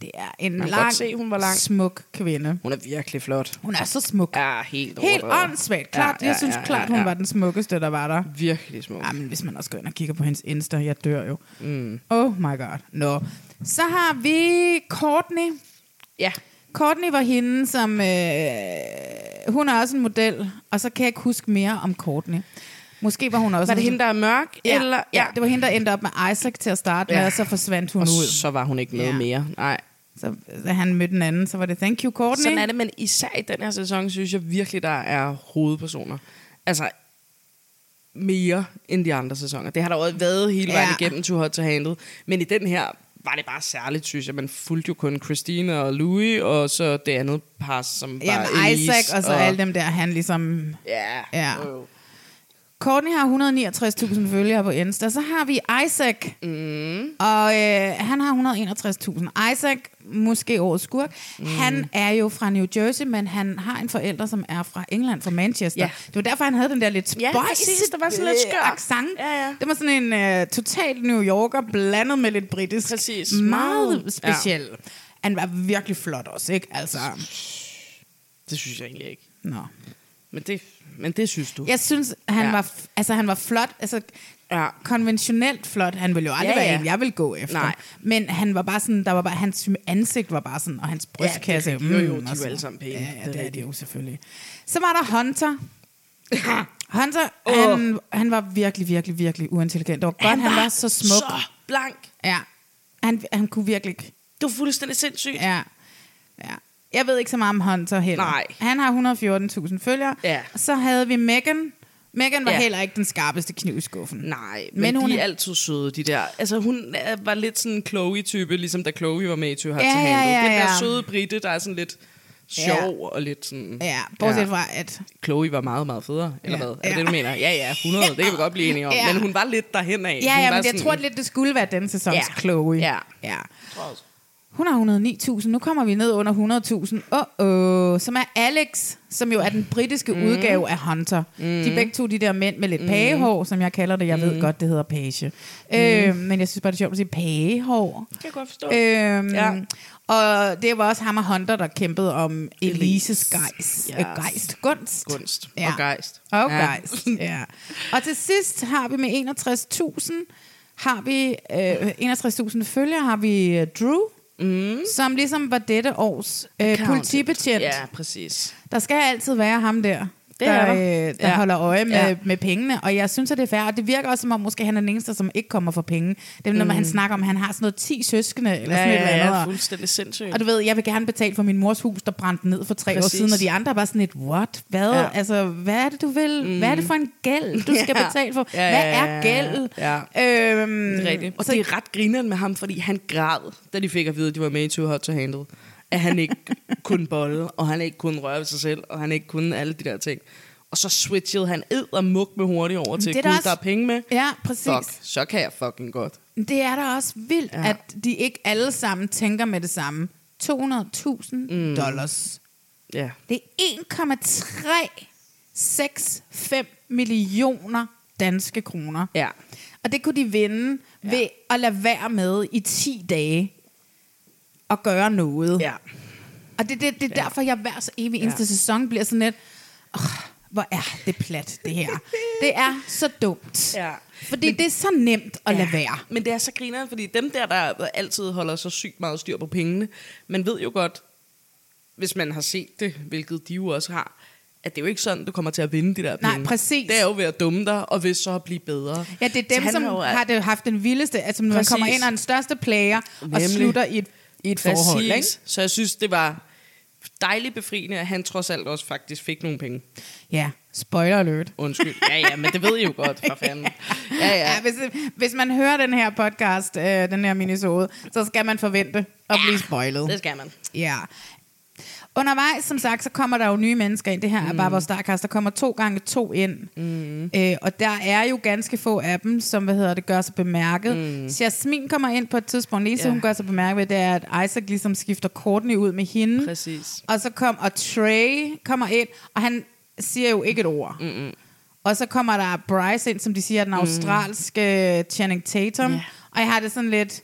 Det er en kan lang, godt se, hun var lang. smuk kvinde. Hun er virkelig flot. Hun er så smuk. Ja, helt Helt overdrevet. åndssvagt. Klart, ja, ja, jeg synes ja, ja, klart, hun ja. var den smukkeste, der var der. Virkelig smuk. Jamen, Ah, hvis man også går ind og kigger på hendes Insta, jeg dør jo. Mm. Oh my god. Nå. Så har vi Courtney. Ja. Courtney var hende, som... Øh, hun er også en model, og så kan jeg ikke huske mere om Courtney. Måske var hun også... Var det hende, der er mørk? Ja, eller? eller, ja. det var hende, der endte op med Isaac til at starte Ja. ja. med, og så forsvandt hun Og ud. så var hun ikke med Ja. mere. Nej. Så da han mødte den anden, så var det, thank you, Courtney. Sådan er det, men især i den her sæson, synes jeg virkelig, der er hovedpersoner. Altså, mere end de andre sæsoner. Det har der jo været hele vejen Ja. igennem Too Hot to Handle. Men i den her var det bare særligt, synes jeg. Man fulgte jo kun Christina og Louis, og så det andet par, som var Jamen, Elise. Isaac og så alle dem der, han ligesom... Ja. Ja. jo, jo. Courtney har 169.000 følgere på Insta. Så har vi Isaac, mm. og øh, han har 161.000. Isaac, måske årets skurk, mm. han er jo fra New Jersey, men han har en forælder, som er fra England, fra Manchester. Ja. Ja. Det var derfor, han havde den der lidt spøjs, Ja, præcis. Der var sådan lidt skør. accent. Ja, ja. Det var sådan en øh, total New Yorker, blandet med lidt britisk. Præcis. Meget Ja. speciel. Ja. Han var virkelig flot også, ikke? Altså, Det synes jeg egentlig ikke. nå. Men det, men det synes du. Jeg synes, han, Ja. ja. var, f- altså, han var flot. Altså, Ja. ja. Konventionelt flot. Han ville jo aldrig Ja, ja, ja. ja. være en, jeg ville gå efter. Nej. Men han var bare sådan, der var bare, hans ansigt var bare sådan, og hans brystkasse. rigtigt. Jo, jo, de mm, og er jo sådan. alle sammen pæne. altså. Ja, Det er ja det, det er de rigtigt. jo selvfølgelig. Så var der Hunter. Hunter, oh. han, han var virkelig, virkelig, virkelig uintelligent. Det var godt, han, han var, så smuk. Så blank. Ja. Han, han kunne virkelig ikke. Du er fuldstændig sindssyg. Ja. ja. Jeg ved ikke så meget om Hunter heller. Nej. Han har 114.000 følgere. Ja. Så havde vi Megan, Megan var Ja. heller ikke den skarpeste kniv i skuffen. Nej, men, men hun de er altid søde, de der. Altså, hun er- var lidt sådan en Chloe-type, ligesom da Chloe var med i Too Hot Ja, to ja, Handle. ja, Den der ja. søde Britte, der er sådan lidt sjov og lidt sådan... Ja, bortset fra, at... Chloe var meget, meget federe, eller Ja. hvad? Er det Ja. det, du mener? Ja, ja, 100, det kan vi godt blive enige om. Ja. Men hun var lidt derhen af. Ja, hun ja, var men jeg sådan- tror lidt, det skulle være den sæsons Ja. Chloe. Ja. ja. Hun har 109.000, nu kommer vi ned under 100.000. Åh, oh, som er Alex, som jo er den britiske mm. udgave af Hunter. Mm. De er begge to de der mænd med lidt mm. pagehår, som jeg kalder det. Jeg ved godt, det hedder page. Mm. Øh, men jeg synes bare, det er sjovt at sige pagehår. Det kan jeg godt forstå. Øhm, ja. Ja. Og det var også ham og Hunter, der kæmpede om Elises gejst. Yes. Yes. Gejst. Gunst. Gunst. Og gejst. Og Ja. gejst, ja. Og til sidst har vi med 61.000, har vi øh, 61.000 følgere, har vi øh, Drew, mm. som ligesom var dette års øh, politibetjent. Ja, præcis. Der skal altid være ham der, Det der, er der. øh, der Ja. holder øje med, Ja. med pengene. Og jeg synes, at det er fair. Og det virker også, som om måske han er den eneste, som ikke kommer for penge. Det er når Mm. man han snakker om, at han har sådan noget 10 søskende, eller sådan et eller andet. og- fuldstændig sindssygt. og du ved, jeg vil gerne betale for min mors hus, der brændte ned for tre Præcis. år Præcis. siden, og de andre var sådan et, what? Hvad? Ja. Ja. Altså, hvad er det, du vil? Mm. Hvad er det for en gæld, du skal Ja. betale for? Ja, hvad ja, ja, er ja. gæld? Ja. Øhm, Det er rigtigt. Øh, Og det er ret grineren med ham, fordi han græd, da de fik at vide, at de var med i Too Hot to Handle. At han ikke kunne bolle, og han ikke kunne røre ved sig selv, og han ikke kunne alle de der ting. Og så switchede han ed og muk med hurtigt over til, det er gud, da der også- er penge med. Ja, præcis. Fuck, så kan jeg fucking godt. Det er da også vildt, ja. Ja. at de ikke alle sammen tænker med det samme. 200.000 mm. dollars. Ja. Det er 1,365 millioner danske kroner. Ja. Og det kunne de vinde ja. ved at lade være med i 10 dage at gøre noget. Ja. Og det, det, det er ja. derfor, jeg hver så evig eneste ja. Ja. sæson bliver sådan lidt, oh, hvor er det plat, det her. det er så dumt. Ja. Fordi Men, det er så nemt at ja. lade være. Men det er så grineren, fordi dem der, der altid holder så sygt meget styr på pengene, man ved jo godt, hvis man har set det, hvilket de jo også har, at det er jo ikke sådan, du kommer til at vinde de der Nej, penge. præcis. Det er jo ved at dumme dig, og ved så at blive bedre. Ja, det er Så dem, han som jo- har det, haft den vildeste, altså når man Præcis. kommer ind og er den største player, og Nemlig. slutter i et, i et forhold. Præcis. Ikke? Så jeg synes, det var dejligt befriende, at han trods alt også faktisk fik nogle penge. Ja, spoiler alert. Undskyld. Ja, ja, men det ved I jo godt, for fanden. Ja, ja. Ja, hvis, hvis man hører den her podcast, øh, den her minisode, så skal man forvente at blive spoilet. Det skal man. Ja. Undervejs, som sagt, så kommer der jo nye mennesker ind. Det her mm. er bare vores starcast. Der kommer to gange to ind. Mm. Øh, og der er jo ganske få af dem, som hvad hedder det, gør sig bemærket. Mm. Jasmin kommer ind på et tidspunkt. Det eneste, Ja. hun gør sig bemærket ved, det er, at Isaac ligesom skifter kortene ud med hende. Præcis. Og så kom, og Trey kommer ind, og han siger jo ikke et ord. Mm-mm. Mm. Og så kommer der Bryce ind, som de siger, er den australske Channing Tatum. Ja. Og jeg har det sådan lidt,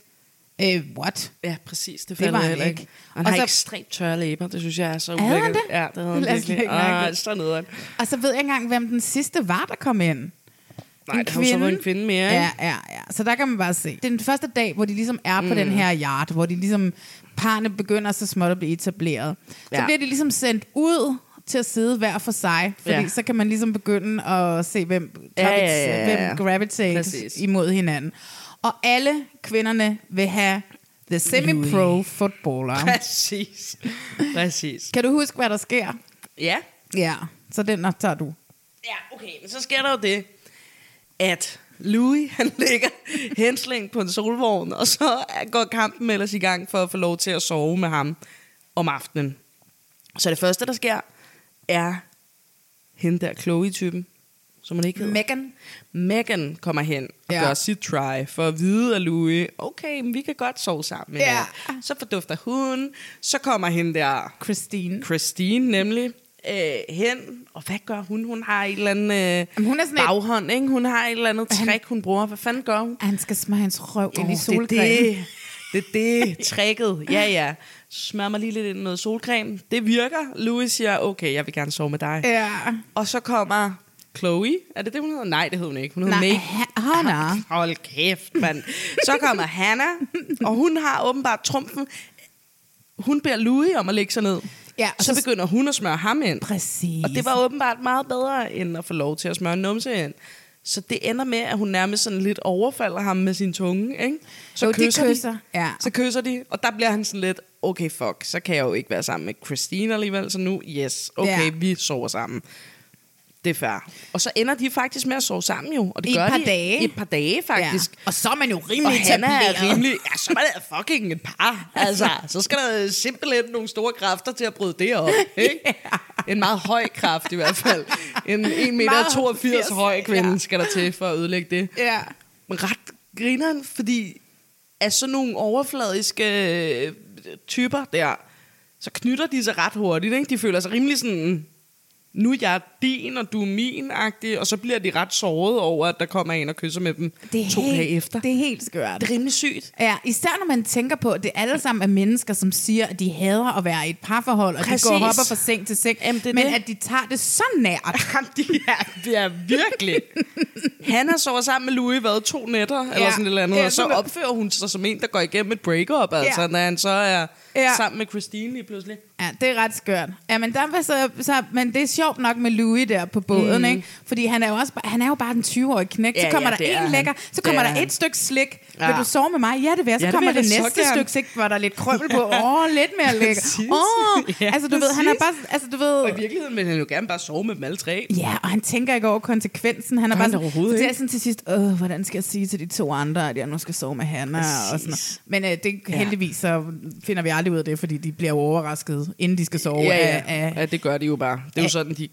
øh, what? Ja, præcis. Det, Det det var var han heller ikke. ikke. Og han Og har så- ekstremt tørre læber, det synes jeg er så Havde han ulækkert. det? Ja, det havde Det han lader jeg slet virkelig. ikke mærke Ah, til. så nederen. Og så ved jeg ikke engang, hvem den sidste var, der kom ind. Nej, det har jo så været en kvinde mere, Ja, ikke? ja, ja. Så der kan man bare se. Det er den første dag, hvor de ligesom er på den Mm. her yard, hvor de ligesom, parne begynder så småt at blive etableret. Så Ja. bliver de ligesom sendt ud til at sidde hver for sig, fordi Ja. så kan man ligesom begynde at se, hvem, Ja, ja, gravitate, ja, ja, ja. hvem gravitate Præcis. imod hinanden. Og alle kvinderne vil have the semi-pro footballer. Præcis. Præcis. Kan du huske, hvad der sker? Ja. Ja, så den nok tager du. Ja, okay, men så sker der jo det, at Louis, han ligger henslængt på en solvogn, og så går kampen ellers i gang for at få lov til at sove med ham om aftenen. Så det første, der sker, er hende der Chloe-typen, som man ikke hedder. Megan. Megan kommer hen og Ja. ja. gør sit try for at vide af Louis, okay, men vi kan godt sove sammen. i Ja. nat. Så fordufter hun, så kommer hende der Christine. Christine nemlig øh, hen, og hvad gør hun? Hun har et eller andet øh, Jamen, hun er sådan et- baghånd, ikke? Hun har et eller andet Han- trick, hun bruger. Hvad fanden gør hun? Han skal smage hans røv oh, ind i Åh, solcreme. det er det. Det er det. Tricket. Ja, ja. Smør mig lige lidt ind med noget solcreme. Det virker. Louis siger, okay, jeg vil gerne sove med dig. Ja. Og så kommer Chloe. Er det det, hun hedder? Nej, det hed hun ikke. Hun hedder Nej, Meg. Ha- Hannah. Hold kæft, mand. Så kommer Hannah, og hun har åbenbart trumfen. Hun beder Louis om at lægge sig ned. Ja, og og så, så- så begynder hun at smøre ham ind. Præcis. Og det var åbenbart meget bedre, end at få lov til at smøre en numse ind. Så det ender med, at hun nærmest sådan lidt overfalder ham med sin tunge, ikke? Så Jo, de kysser, De. ja. Så kysser de, og der bliver han sådan lidt, okay, fuck, så kan jeg jo ikke være sammen med Christine alligevel, så nu, yes, okay, Ja. vi sover sammen. Det er fair. Og så ender de faktisk med at sove sammen jo. Og det I et gør par de, dage. I et par dage, faktisk. Ja. Og så er man jo rimelig Og han er etableret. rimelig... Ja, så er man da fucking et par. Altså, så skal der simpelthen nogle store kræfter til at bryde det op. Ikke? En meget høj kraft i hvert fald. En 1,82 meter høj kvinde ja. skal der til for at ødelægge det. Ja. Men ret grineren, fordi af sådan nogle overfladiske øh, typer der, så knytter de sig ret hurtigt. Ikke? De føler sig rimelig sådan, nu er jeg din, og du er min -agtig, og så bliver de ret såret over, at der kommer en og kysser med dem Det er to helt, dage efter. Det er helt skørt. Det er rimelig sygt. Ja, især når man tænker på, at det alle sammen er mennesker, som siger, at de hader at være i et parforhold, og Præcis. de går og hopper fra seng til seng, Jamen, det er men det. at de tager det så nært. de er, de er virkelig. Han har sovet sammen med Louis, hvad, to nætter, ja. eller sådan et eller andet, Ja, ja, og så sådan- opfører hun sig som en, der går igennem et breakup, altså, Ja. når han så er Ja. ja. sammen med Christine lige pludselig. Ja, det er ret skørt. Ja, men, der var så, så, men det er sjovt nok med Louis der på båden, mm. ikke? Fordi han er jo, også, bare- han er jo bare den 20-årige knæk. Ja, Ja, så kommer ja, der det er en han. lækker, så Det kommer er der han. et stykke slik. Ja. Ja. Vil du sove med mig? Ja, det vil jeg. Så ja, Ja, det kommer vil jeg det da så næste gerne. stykke slik, hvor der er lidt krømmel på. Åh, oh, lidt mere lækker. Præcis. Åh, Ja, oh, altså du ved, han er bare... præcis. Altså, du ved, Og i virkeligheden vil han jo gerne bare sove med dem alle tre. Ja, og han tænker ikke over konsekvensen. Han er Gør bare han sådan, det overhovedet så det er ikke? sådan til sidst, Åh, hvordan skal jeg sige til de to andre, at jeg nu skal sove med Hanna og sådan noget. Men øh, det, heldigvis så finder vi aldrig ud af det, fordi de bliver jo overrasket, inden de skal sove ja, af, ja. af, ja, det gør de jo bare. Det er jo sådan, de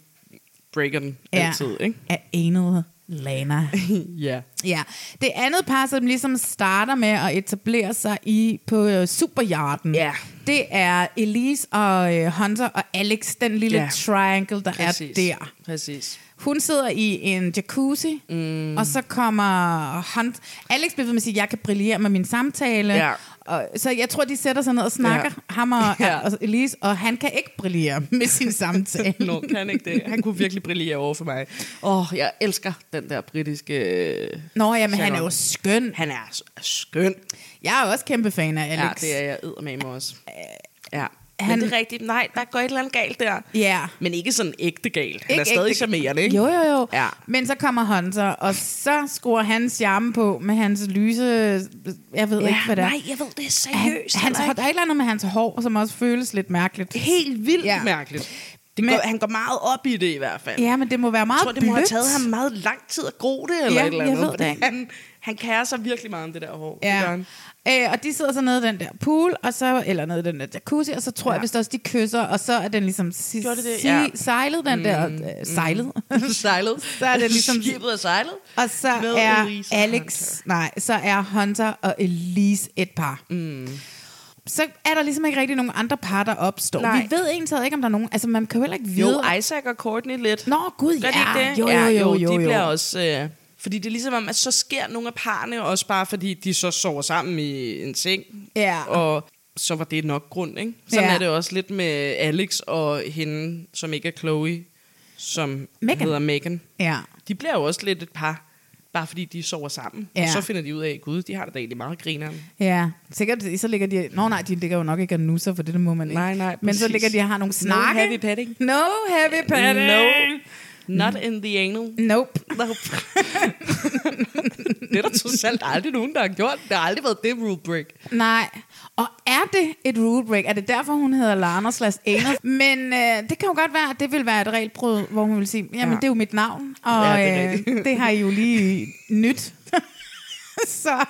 breaker den altid, ikke? af anede Lana. Ja. ja. Det andet par, som ligesom starter med at etablere sig i på øh, superjarden, Ja. det er Elise og øh, Hunter og Alex, den lille Ja. triangle, der Præcis. er der. Præcis. Hun sidder i en jacuzzi, mm. og så kommer Hunt. Alex bliver ved med at sige, at jeg kan brillere med min samtale. Ja. Og, så jeg tror, de sætter sig ned og snakker, ja. Ja. ham og, ja. Ja. og Elise, og han kan ikke brillere med sin samtale. Nå, kan han ikke det? Han kunne virkelig brillere over for mig. Åh, oh, jeg elsker den der britiske... øh, Nå, jamen, han er Sharon. jo skøn. Han er s- skøn. Jeg er også kæmpe fan af Alex. Ja, det er jeg eddermame også. Ja. han- Han, Men det er rigtigt. Nej, der går et eller andet galt der. Ja. Men ikke sådan ægte galt. Han Ikke er stadig ægte- charmerende, ikke? Jo, jo, jo. Ja. Men så kommer Hunter, og så skruer han charme på med hans lyse... Jeg ved ikke, hvad det er. Nej, jeg ved, det er han, seriøst. han, eller ikke? der er et eller andet med hans hår, som også føles lidt mærkeligt. helt vildt Ja. ja. mærkeligt. Det Men- går, han går meget op i det i hvert fald. Ja, men det må være meget jeg tror, det må have blødt. taget ham meget lang tid at gro det, eller Ja, et eller jeg andet. ved det fordi ikke. Han, han kærer sig virkelig meget om det der hår. Det gør Ja. han. Øh, og de sidder så nede i den der pool, og så, eller nede i den der jacuzzi, og så tror ja. jeg vist også, de kysser, og så er den ligesom si- Gjorde det det? si- Ja. Mm. sejlet, den der... Øh, sejlet? sejlet. Så er det ligesom- Skibet er sejlet. og så Med er Elise og Alex... Hunter. Nej, så er Hunter og Elise et par. Mm. Så er der ligesom ikke rigtig nogen andre par, der opstår. Nej. Vi ved egentlig taget ikke, om der er nogen... Altså, man kan jo heller ikke vide... Jo, Isaac og Courtney lidt. Nå, gud, Gør de ja. ikke det? Jo, Ja, jo, jo, jo, de jo. bliver også... Øh, fordi det er ligesom om, at så sker nogle af parrene også bare, fordi de så sover sammen i en seng. Ja. Og så var det nok grund, ikke? Sådan Ja. ja. er det også lidt med Alex og hende, som ikke er Chloe, som Meghan. hedder Megan. Ja. De bliver jo også lidt et par, bare fordi de sover sammen. Ja. Og så finder de ud af, gud, de har det da egentlig meget grineren. Ja, sikkert så ligger de... Nå nej, de ligger jo nok ikke og nusser, for det, det må man ikke. Nej, nej, Men så præcis. ligger de og har nogle No snakke. heavy petting. No heavy petting. No, not in the anal. Nope. Nope. det er der trods alt aldrig nogen, der har gjort. Der har aldrig været det rule break. Nej. Og er det et rule break? Er det derfor, hun hedder Lana slash Anel? Men øh, det kan jo godt være, at det vil være et regelbrud, hvor hun vil sige, jamen ja. Ja. det er jo mit navn, og Ja, det er det, øh, rigtigt. det har I jo lige nyt. så,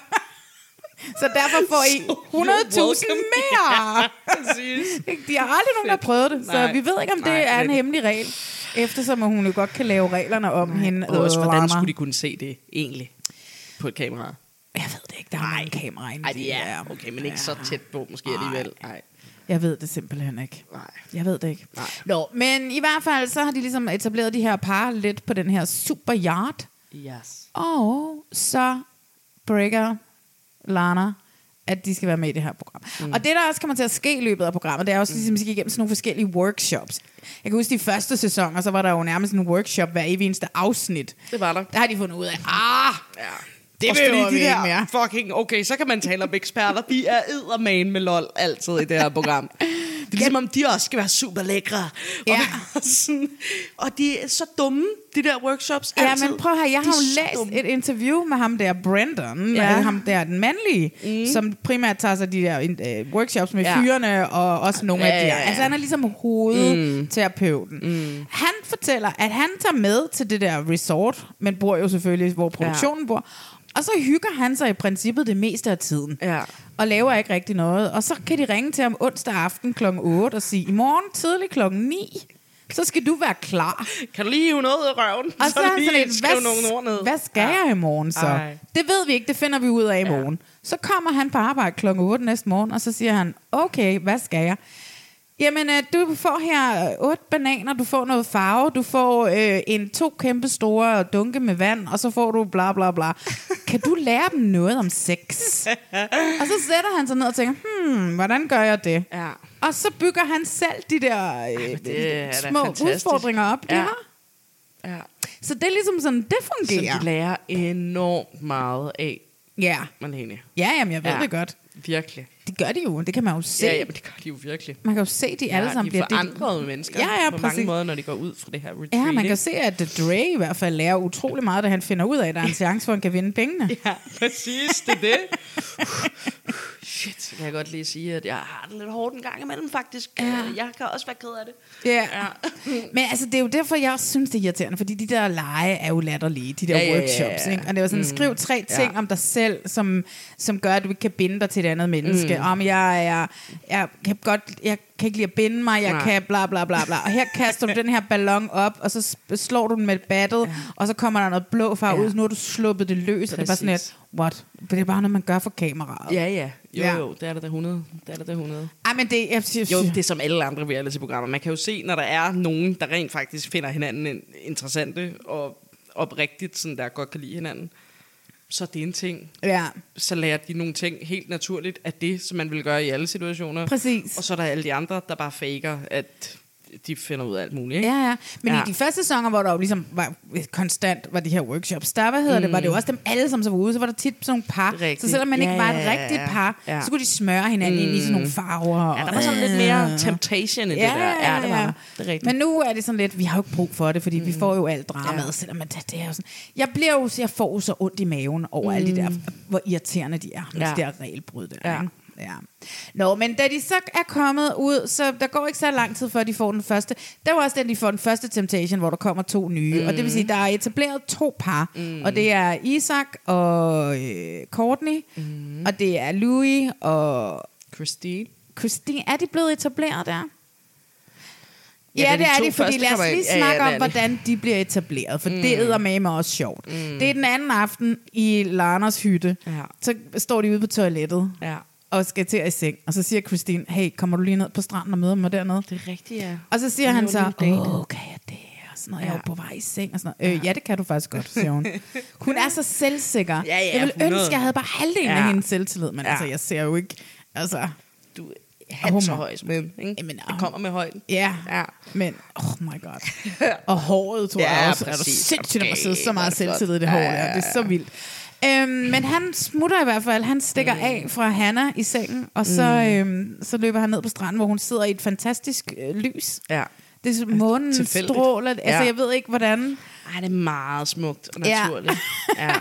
så derfor får I 100.000 welcome. mere. Præcis. De har aldrig nogen, der har prøvet det, så Nej. vi ved ikke, om det Nej, er en rigtigt. hemmelig regel. Eftersom hun jo godt kan lave reglerne om hende. Og også, hvordan Lana. skulle de kunne se det egentlig på et kamera? Jeg ved det ikke, der er mange kameraer inde. Nej, i det er okay, men ikke så tæt på måske alligevel. Nej. Jeg ved det simpelthen ikke. Nej. Jeg ved det ikke. Nej. Nå, men i hvert fald, så har de ligesom etableret de her par lidt på den her super yard. Yes. Og så breaker Lana at de skal være med i det her program. Mm. Og det, der også kommer til at ske i løbet af programmet, det er Mm. også, ligesom, at vi skal igennem sådan nogle forskellige workshops. Jeg kan huske de første sæsoner, så var der jo nærmest en workshop hver evig eneste afsnit. Det var der. Der har de fundet ud af, ah, Ja. Det Også behøver fordi vi de ikke der mere. Fucking, okay, så kan man tale om eksperter. De er eddermane med lol altid i det her program. De Ligesom om de også skal være super lækre. Ja. Og, være sådan, og de er så dumme, de der workshops. Ja, altid. men prøv her, jeg De har er jo så læst dumme. et interview med ham der, Brandon, Ja. ja. ham der, den mandlige, mm. som primært tager sig de der øh, workshops med Ja. ja. fyrene, og også nogle Ja, af de ja, der. ja. Altså, han er ligesom hovedterapeuten. Mm. Han fortæller, at han tager med til det der resort, men bor jo selvfølgelig, hvor produktionen ja. bor, og så hygger han sig i princippet det meste af tiden. Ja. Og laver ikke rigtig noget. Og så kan de ringe til ham onsdag aften kl. 8 og sige, i morgen tidlig kl. 9, så skal du være klar. Kan du lige hive noget ud af røven? Og så er han lige sådan lidt, skrive hvad, nogle ord ned. Ah. hvad skal ja. jeg i morgen så? Ej. Ej. Det ved vi ikke, det finder vi ud af i morgen. Så kommer han på arbejde kl. 8 næste morgen, og så siger han, okay, hvad skal jeg? Jamen, øh, du får her øh, otte bananer, du får noget farve, du får øh, en to kæmpe store dunke med vand, og så får du bla bla bla. Kan du lære dem noget om sex? og så sætter han sig ned og tænker, hmm, hvordan gør jeg det? Ja. Og så bygger han selv de der øh, det er da små fantastisk. udfordringer op, de Ja. har. Ja. Så det er ligesom sådan, det fungerer. Så de lærer enormt meget af Ja, Malene. ja jamen, jeg ved Ja. ja. det godt. Virkelig. Det gør de jo, det kan man jo se. Ja, jamen, det gør de jo virkelig. Man kan jo se, de alle ja, sammen de bliver... er forandrede mennesker Ja, ja, på mange præcis. måder, når de går ud fra det her retreat. Ja, man ikke? kan se, at The Dre i hvert fald lærer utrolig meget, da han finder ud af, at der er en chance for, at han kan vinde pengene. Ja, præcis, det er det. Shit, så kan jeg godt lige sige, at jeg har det lidt hårdt en gang imellem, faktisk. Ja. Jeg kan også være ked af det. Ja. Men altså, det er jo derfor, jeg også synes, det er irriterende, fordi de der lege er jo latterlige, de der Ja, ja, ja, ja, workshops. ja. Ikke? Og det var sådan, mm. skriv tre ting om dig selv, som, som gør, at du ikke kan binde dig til et andet menneske. Mm. Om jeg, er, jeg kan godt, jeg kan ikke lide at binde mig, jeg Nej. Nej. kan bla bla bla bla. Og her kaster du den her ballon op, og så sp- slår du den med battet, ja. og så kommer der noget blå farve Ja. ja. ud, så nu har du sluppet det løs, Præcis. og det er bare sådan Præcis. lidt, what? Det er bare noget, man gør for kameraet. Ja, ja. Jo, ja. Ja. jo, det er der da 100. Det er der da 100. Ej, men det, jeg, jeg, Jo, det er som alle andre reality-programmer. Man kan jo se, når der er nogen, der rent faktisk finder hinanden in- interessante og oprigtigt, sådan der godt kan lide hinanden, så er det en ting. ja. Så lærer de nogle ting helt naturligt af det, som man vil gøre i alle situationer. Præcis. Og så er der alle de andre, der bare faker, at de finder ud af alt muligt. Ikke? Ja, ja. Men Ja. ja. i de første sæsoner, hvor der jo ligesom var konstant var de her workshops, der hvad hedder mm. det, var det jo også dem alle, som så var ude, så var der tit sådan nogle par. Rigtigt. Så selvom man Ja, ikke var et ja, ja, rigtigt ja. par, Ja. ja. så kunne de smøre hinanden mm. ind i sådan nogle farver. Ja, der og- var sådan lidt mere temptation i det Ja, der. ja, det var ja. der. Det er rigtigt. Men nu er det sådan lidt, vi har jo ikke brug for det, fordi mm. vi får jo alt dramaet, Ja. ja. selvom man, det er jo sådan. Jeg, bliver jo, jeg får jo så ondt i maven over mm. alle de der, hvor irriterende de er med Ja. ja. de der regelbrud der. Ja. Ja. Ja. Nå, men da de så er kommet ud, så der går ikke så lang tid, før de får den første. Der var også den, de får den første Temptation, hvor der kommer to nye. Mm. Og det vil sige, der er etableret to par. Mm. Og det er Isak og øh, Courtney. Mm. Og det er Louis og Christine. Christine. Er de blevet etableret der? Ja, Ja, det er ja det de er to de, fordi første, lad kommer os ind. lige Ja, ja, snakke det er om, det. hvordan de bliver etableret, for mm. det er med mig også sjovt. Mm. Det er den anden aften i Larners hytte, Ja. ja. så står de ude på toilettet Ja. og skal til at i seng, og så siger Christine, hey, kommer du lige ned på stranden og møder mig dernede? Det er rigtigt, ja. Og så siger han Det er så, jo en lille date. åh, kan jeg det? Og sådan noget, jeg er jo på vej i seng og sådan noget. Øh, ja, det kan du faktisk godt, siger hun. Hun er så selvsikker. Ja, ja, jeg ville 100. ønske, jeg havde bare halvdelen Ja. af hendes selvtillid, men Ja. altså, jeg ser jo ikke... Altså, Du er så Hummer. høj som en. ikke? Jamen, Det kommer med højden. Ja, Ja. ja. men oh my god. Og håret, tror Ja, jeg også. Er du præcis. sindssygt, at man Okay, sidder så hvor er meget det flot. selvtillid i det Ja, hår. ja, Ja, det er så vildt. Øhm, men han smutter i hvert fald. Han stikker mm. af fra Hanna i sengen, og så, Mm. øhm, så løber han ned på stranden, hvor hun sidder i et fantastisk øh, lys. Ja. Det er så- månen Tilfældigt. stråler. Altså, Ja. jeg ved ikke, hvordan. Ej, det er meget smukt og Ja. naturligt. Ja.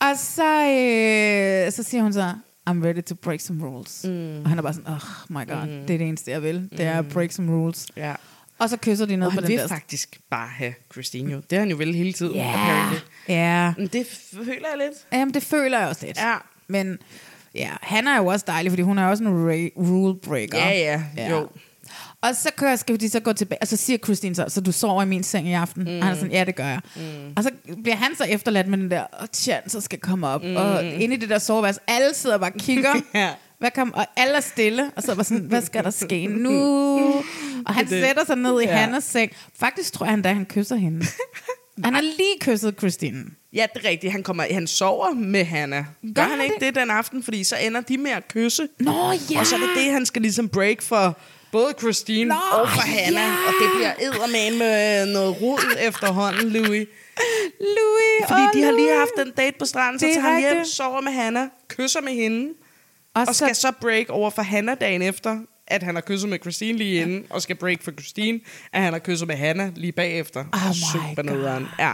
Og så, øh, så siger hun så, I'm ready to break some rules. Mm. Og han er bare sådan, oh my god, mm. det er det eneste, jeg vil. Det er at break some rules. Mm. ja. Og så kysser de ned Og på han den vil der faktisk bare have Christine. jo. Det har han jo vel hele tiden. Ja, apparently. ja. Men det føler jeg lidt. Jamen, det føler jeg også lidt. Mm. Ja. Men ja, han er jo også dejlig, fordi hun er også en ra- rule breaker. Ja, ja, jo. Og så kører, skal de så gå tilbage, og så siger Christine så, så du sover i min seng i aften? Mm. Og han er sådan, ja, det gør jeg. Mm. Og så bliver han så efterladt med den der, og chancer skal komme op. Mm. Og inde i det der soveværelse, alle sidder bare og kigger. Ja. Hvad kom, og alle er stille, og så er bare sådan, hvad skal der ske nu? Og han Det- sætter sig ned i Ja. ja. Hannas seng. Faktisk tror jeg endda, han kysser hende. han har lige kysset Christine. Ja, det er rigtigt. Han, kommer, han sover med Hanna. Gør, Gør han han ikke det? det? den aften? Fordi så ender de med at kysse. Nå, ja! Og så er det det, han skal ligesom break for både Christine Nå, og for Hanna. ja! Og det bliver eddermame med noget rod efterhånden, Louis. Louis Fordi og de har lige Louis. haft den date på stranden, så Det er tager han hjem, rigtigt. sover med Hanna, kysser med hende, Og, og, og skal så break over for Hanna dagen efter, at han har kysset med Christine lige inden, og skal break for Christine, at han har kysset med Hannah lige bagefter. Oh my Supernederen. Ja.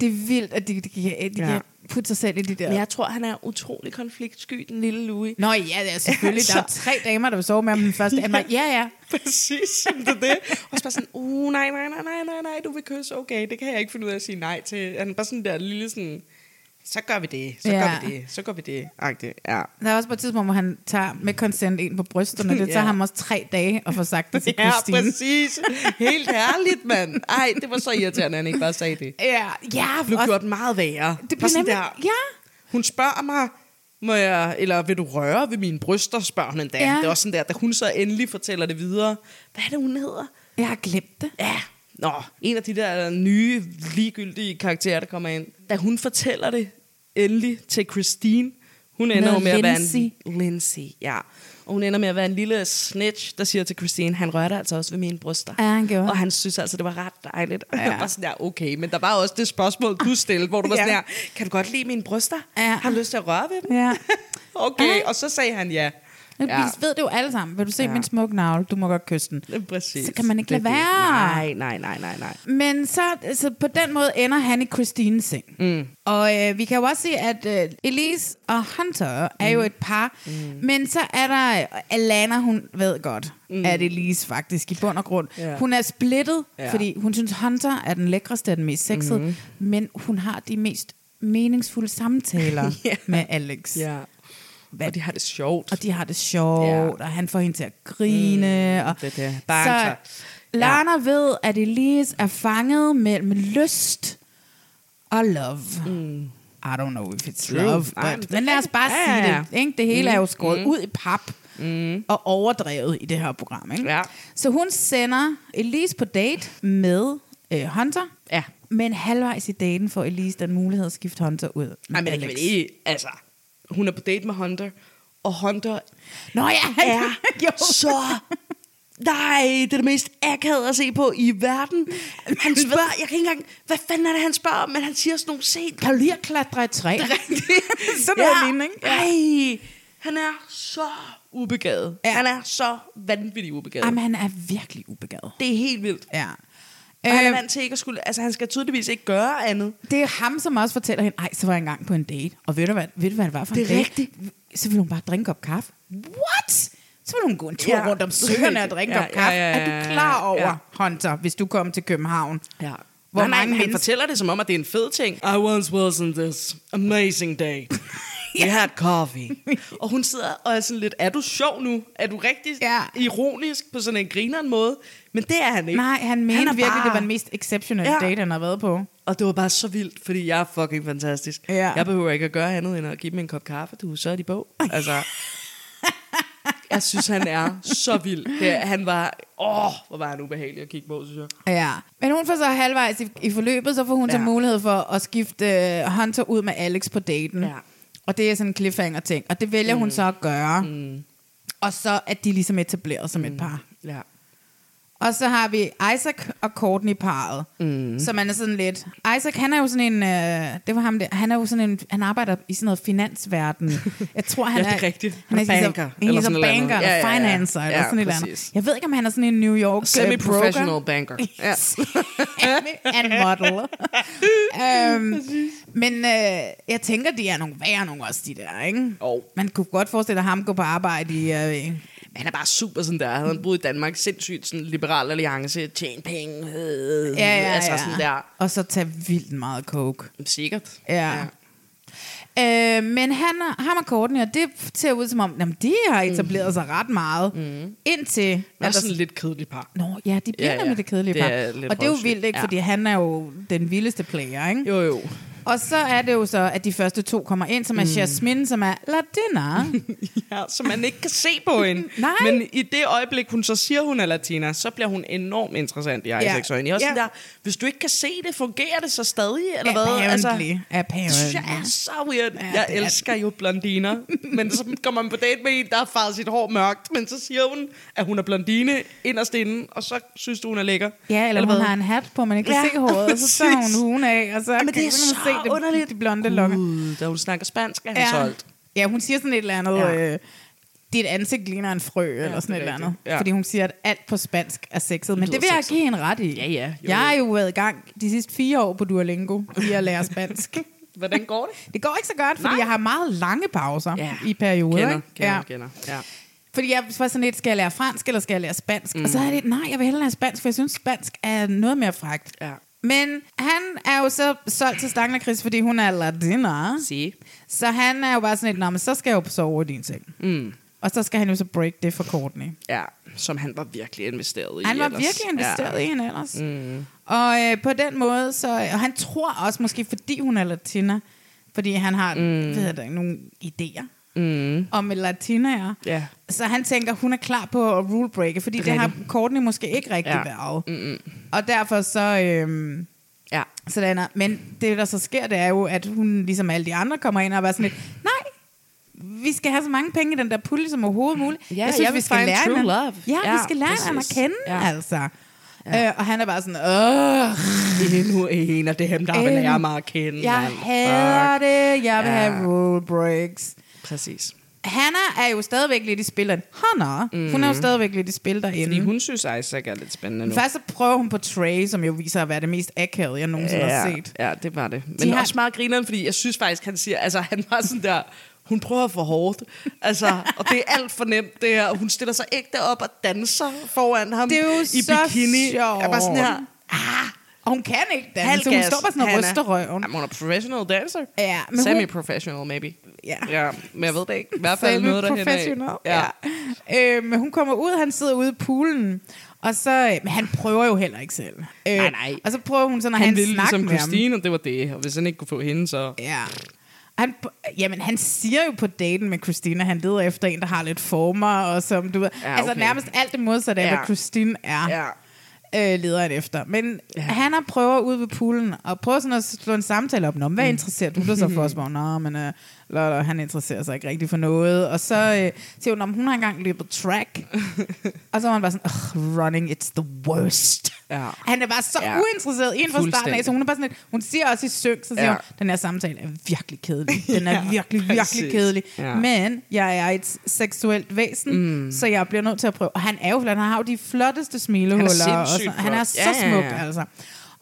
Det er vildt, at de, de, kan, de Ja. ja. kan putte sig selv i de der... Men jeg tror, han er utrolig konfliktsky, den lille Louis. Nå ja, det er selvfølgelig. Der er Altså. tre damer, der vil sove med ham den første. Han var, ja, ja. Præcis, det er det. Og så bare sådan, uh, nej, nej, nej, nej, nej, nej, du vil kysse, okay, det kan jeg ikke finde ud af at sige nej til. Han er bare sådan der lille sådan, så gør vi det, så ja. Ja. gør vi det, så gør vi det, agtigt, ja. Der er også på et tidspunkt, hvor han tager med consent en på brysterne. Det tager Ja. ham også tre dage at få sagt det til Ja, Christine. præcis. Helt herligt, mand. Ej, det var så irriterende, at han ikke bare sagde det. Ja, ja. Det blev også- gjort meget værre. Det Bare blev sådan nemlig, der, ja. Hun spørger mig, må jeg, eller vil du røre ved mine bryster, spørger hun endda. Ja. Det er også sådan der, da hun så endelig fortæller det videre. Hvad er det, hun hedder? Jeg har glemt det. Ja, nå, en af de der nye, ligegyldige karakterer, der kommer ind. Da hun fortæller det endelig til Christine, hun Med ender jo med at være Lindsay. en... Lindsay. ja. Og hun ender med at være en lille snitch, der siger til Christine, han rørte altså også ved mine bryster. Ja, han gjorde. Og han synes altså, det var ret dejligt. Ja. Og jeg Ja. var sådan der, okay, men der var også det spørgsmål, du stillede, hvor du var sådan Ja. der, kan du godt lide mine bryster? Ja. Har du lyst til at røre ved dem? Ja. okay, Ja. og så sagde han ja. Ja. Vi ved det jo alle sammen. Vil du se Ja. ja. min smukke navle? Du må godt kysse den. Præcis. Så kan man ikke Det er lade det. være. Nej, nej, nej, nej, nej. Men så, så på den måde ender han i Christines seng. Mm. Og øh, vi kan jo også se, at øh, Elise og Hunter er jo et par. Mm. Men så er der øh, Alana, hun ved godt, mm. at Elise faktisk i bund og grund. Ja. Yeah. Hun er splittet, Ja. Mhm. yeah. fordi hun synes, Hunter er den lækreste og den mest sexede. Mm. Men hun har de mest meningsfulde samtaler Ja. yeah. med Alex. Ja. Hvad? Og de har det sjovt. Og de har det sjovt, Ja. ja. og han får hende til at grine. Mm, og det er det. Bare en tak. Ja. Lana ja. ved, at Elise er fanget mellem lyst og love. Mm. I don't know if it's True. True. love, Nej, but, men men lad os bare det- sige ja, ja, ja. det. Ikke? Det hele mm. er jo skåret mm. ud i pap mm. og overdrevet i det her program. Ikke? Ja. Så hun sender Elise på date med øh, Hunter. Ja. Men halvvejs i daten får Elise den mulighed at skifte Hunter ud med Nej, men jeg Alex. kan vel ikke, altså, hun er på date med Hunter, og Hunter Nå ja, han er så... Nej, det er det mest akavet at se på i verden. Han spørger, jeg kan ikke engang, hvad fanden er det, han spørger om, men han siger sådan nogle sent. Kan du lide at klatre i træ? Sådan noget lignende, ikke? Ja. Ej, han er så ubegavet. Ja. Ja. Han er så vanvittigt ubegavet. Jamen, han er virkelig ubegavet. det er helt vildt. Ja. Og han er Øh, vant til ikke at skulle, altså han skal tydeligvis ikke gøre andet. det er ham, som også fortæller hende, ej, så var jeg engang på en date, og ved du hvad, ved du, hvad det var for Det en er date? rigtigt. Så ville hun bare drikke en kop kaffe. What? Så ville hun gå en tur Ja. ja. rundt om søerne og drikke en Ja, kop kaffe. ja, ja, ja, Er du klar ja. over, Hunter, hvis du kom til København? Ja. Hvor Hvor nej, mange mange han mennesker- fortæller det som om, at det er en fed ting. I once was on this amazing day. We had coffee. og hun sidder og er sådan lidt, er du sjov nu? Er du rigtig ja. Ja. ironisk på sådan en grineren måde? Men det er han ikke. Nej, han mente er virkelig, bare- det var den mest exceptionelle Ja. ja. date, han har været på. Og det var bare så vildt, fordi jeg er fucking fantastisk. Ja. Jeg behøver ikke at gøre andet end at give dem en kop kaffe, du, så er de på. Altså, jeg synes, han er så vild. Det, han var, åh, hvor var han ubehagelig at kigge på, synes jeg. Ja, men hun får så halvvejs i, i forløbet, så får hun ja. så Ja. mulighed for at skifte øh, Hunter ud med Alex på daten. Ja. Og det er sådan en cliffhanger-ting, og det vælger mm. hun så at gøre. Mm. Og så er de ligesom etableret som et par. Mm. Ja. Og så har vi Isaac og Courtney parret, mm. som man er sådan lidt... Isaac, han er jo sådan en... Øh, det var ham der. Han er jo sådan en... Han arbejder i sådan noget finansverden. Jeg tror, han Ja, det er er... rigtigt. Han er Banker, banker. Han er eller ligesom sådan et eller andet. banker, Ja, ja, ja, ja. financer, ja, Ja, eller sådan et eller andet. præcis. Jeg ved ikke, om han er sådan en New York... øh, broker. Semi-professional banker. Ja. and model. øhm, men øh, jeg tænker, de er nogle værre nogle også, de der, ikke? Jo. Man kunne godt forestille sig ham gå på arbejde i... Øh, Han er bare super sådan der. Havde han boet i Danmark, sindssygt sådan liberal alliance, tjene penge. øh, ja, ja, altså ja. sådan der. Og så tage vildt meget coke. Sikkert. Ja. ja. Øh, men han, og- ham og Courtney, og det ser ud som om, jamen, de har etableret mm. sig ret meget, mm. indtil... Han er at der- sådan et lidt kedeligt par. Nå, ja, de bliver Ja, ja, ja. ja. med det kedelige Det par. er lidt og det er jo røvsygt. vildt, ikke? Ja. Fordi han er jo den vildeste player, ikke? Jo, jo. Og så er det jo så, at de første to kommer ind, som er mm. Jasmine, som er latina. Ja, så man ikke kan se på hende. Nej. Men i det øjeblik, hun så siger, hun er latina, så bliver hun enormt interessant i Isaacs øjne. Jeg er også Ja. sådan der, hvis du ikke kan se det, fungerer det så stadig? Eller hvad? Altså, Apparently. det synes jeg er Apparently. så weird. Ja, Ja, jeg det er elsker jo blondiner. men så kommer man på date med en, der har farvet sit hår mørkt, men så siger hun, at hun er blondine inderst inde, og så synes du, hun er lækker. Ja, eller hun hvad? har en hat på, man ikke kan Ja, se håret, og så tager præcis. hun huen af, og så Jamen, kan det er man så se det, underligt. de blonde lokker. Gud, da hun snakker spansk, er han solgt. Ja, hun siger sådan et eller andet, Ja. ja. øh, dit ansigt ligner en frø, ja, eller sådan et det eller er andet. rigtigt. Ja. Ja. Fordi hun siger, at alt på spansk er sexet. Men lyder det vil jeg sexet. give hende ret i. Ja, ja. Jo, Jo, jeg har jo. jo været i gang de sidste fire år på Duolingo i at lære spansk. Hvordan går det? det går ikke så godt, fordi Nej. jeg har meget lange pauser Ja. i perioder. Kender, ikke? kender, ja. kender. Ja. Fordi jeg var sådan lidt, skal jeg lære fransk, eller skal jeg lære spansk? Mm. Og så er det, nej, jeg vil hellere lære spansk, for jeg synes, spansk er noget mere frægt. Ja. Men han er jo så solgt til Stanglerkris, fordi hun er latina. Si. Så han er jo bare sådan lidt, "Nå, men så skal jeg jo sove i din seng. Mm. Og så skal han jo så break det for Courtney. ja, som han var virkelig investeret i. Han var ellers. virkelig investeret ja. i hende ellers. Mm. Og øh, på den måde, så, og han tror også, måske fordi hun er latina, fordi han har mm. ved jeg, da ikke, nogle idéer mm. om latinaer. Ja. Så han tænker, hun er klar på at rule breake, fordi det, det har Courtney måske ikke rigtig ja. Ja. været. Mm-mm. Og derfor så... Øh, Ja. sådan er. Men det, der så sker, det er jo, at hun, ligesom alle de andre, kommer ind og er bare sådan lidt, nej, vi skal have så mange penge i den der pulje som overhovedet muligt. Ja, jeg vil find true hinanden- love. Ja, ja, Ja, vi skal lære hinanden at præcis. kende, ja. Ja. altså. Ja. Øh, og han er bare sådan, åh, Endnu en af dem, der vil Øhm, lære mig at kende. jeg mand. hader Fuck. det, jeg vil Ja. have rule breaks. Præcis. Hannah er jo stadigvæk lidt i spillet. Hannah, mm. hun er jo stadigvæk lidt i spil derinde. Fordi hun synes, Isaac er lidt spændende nu. Først så prøver hun på Trey, som jo viser at være det mest akavede, jeg nogensinde har set. ja, det var det. Men har- har... også meget grineren, fordi jeg synes faktisk, han siger, altså han var sådan der, hun prøver for hårdt, altså, og det er alt for nemt det her, og hun stiller sig ægte op og danser foran ham Det er jo i så bikini. Jeg var sådan her, sjovt. Og hun kan ikke danse, halvgas, hun står bare sådan og Hannah. ryster røven. Jamen, hun er professional dancer. Ja, men hun- Semi-professional, maybe. Ja. ja. Men jeg ved det ikke. I hvert fald noget derhen professional. af. Ja. ja. Øh, men hun kommer ud, han sidder ude i poolen, og så, øh, men han prøver jo heller ikke selv. Øh, Nej, nej. Og så prøver hun sådan at Han, have han en ville snak ligesom med ham. Christine, og det var det. Og hvis han ikke kunne få hende, så... Ja. Han, jamen, han siger jo på daten med Christina, han leder efter en, der har lidt former, og som du ved. Ja, Ja, Altså okay. nærmest alt det modsatte af, Ja. hvad Christine er, Ja. øh, leder han efter. Men ja. han har prøver ud ved poolen, og prøver sådan at slå en samtale op. Nå, Mm. men hvad interesserer du dig så for? Spørger, hun, Nå, men øh, lala, han interesserer sig ikke rigtig for noget. Og så øh, siger hun, om hun har engang løbet track. og så var han bare sådan, "Ugh, running, it's the worst. Ja. Han er bare så ja. Ja. uinteresseret inden fra starten af, Fuldstændig. så hun er bare sådan lidt, hun siger også i synk, så siger ja. Ja. hun, den her samtale er virkelig kedelig. Den er ja, virkelig, virkelig præcis. kedelig. Ja. Ja. Men jeg er et seksuelt væsen, mm. så jeg bliver nødt til at prøve. Og han er jo flot, han har jo de flotteste smilehuller. Han er og sådan- sindssygt han er flot. så Ja, ja, smuk, ja. altså.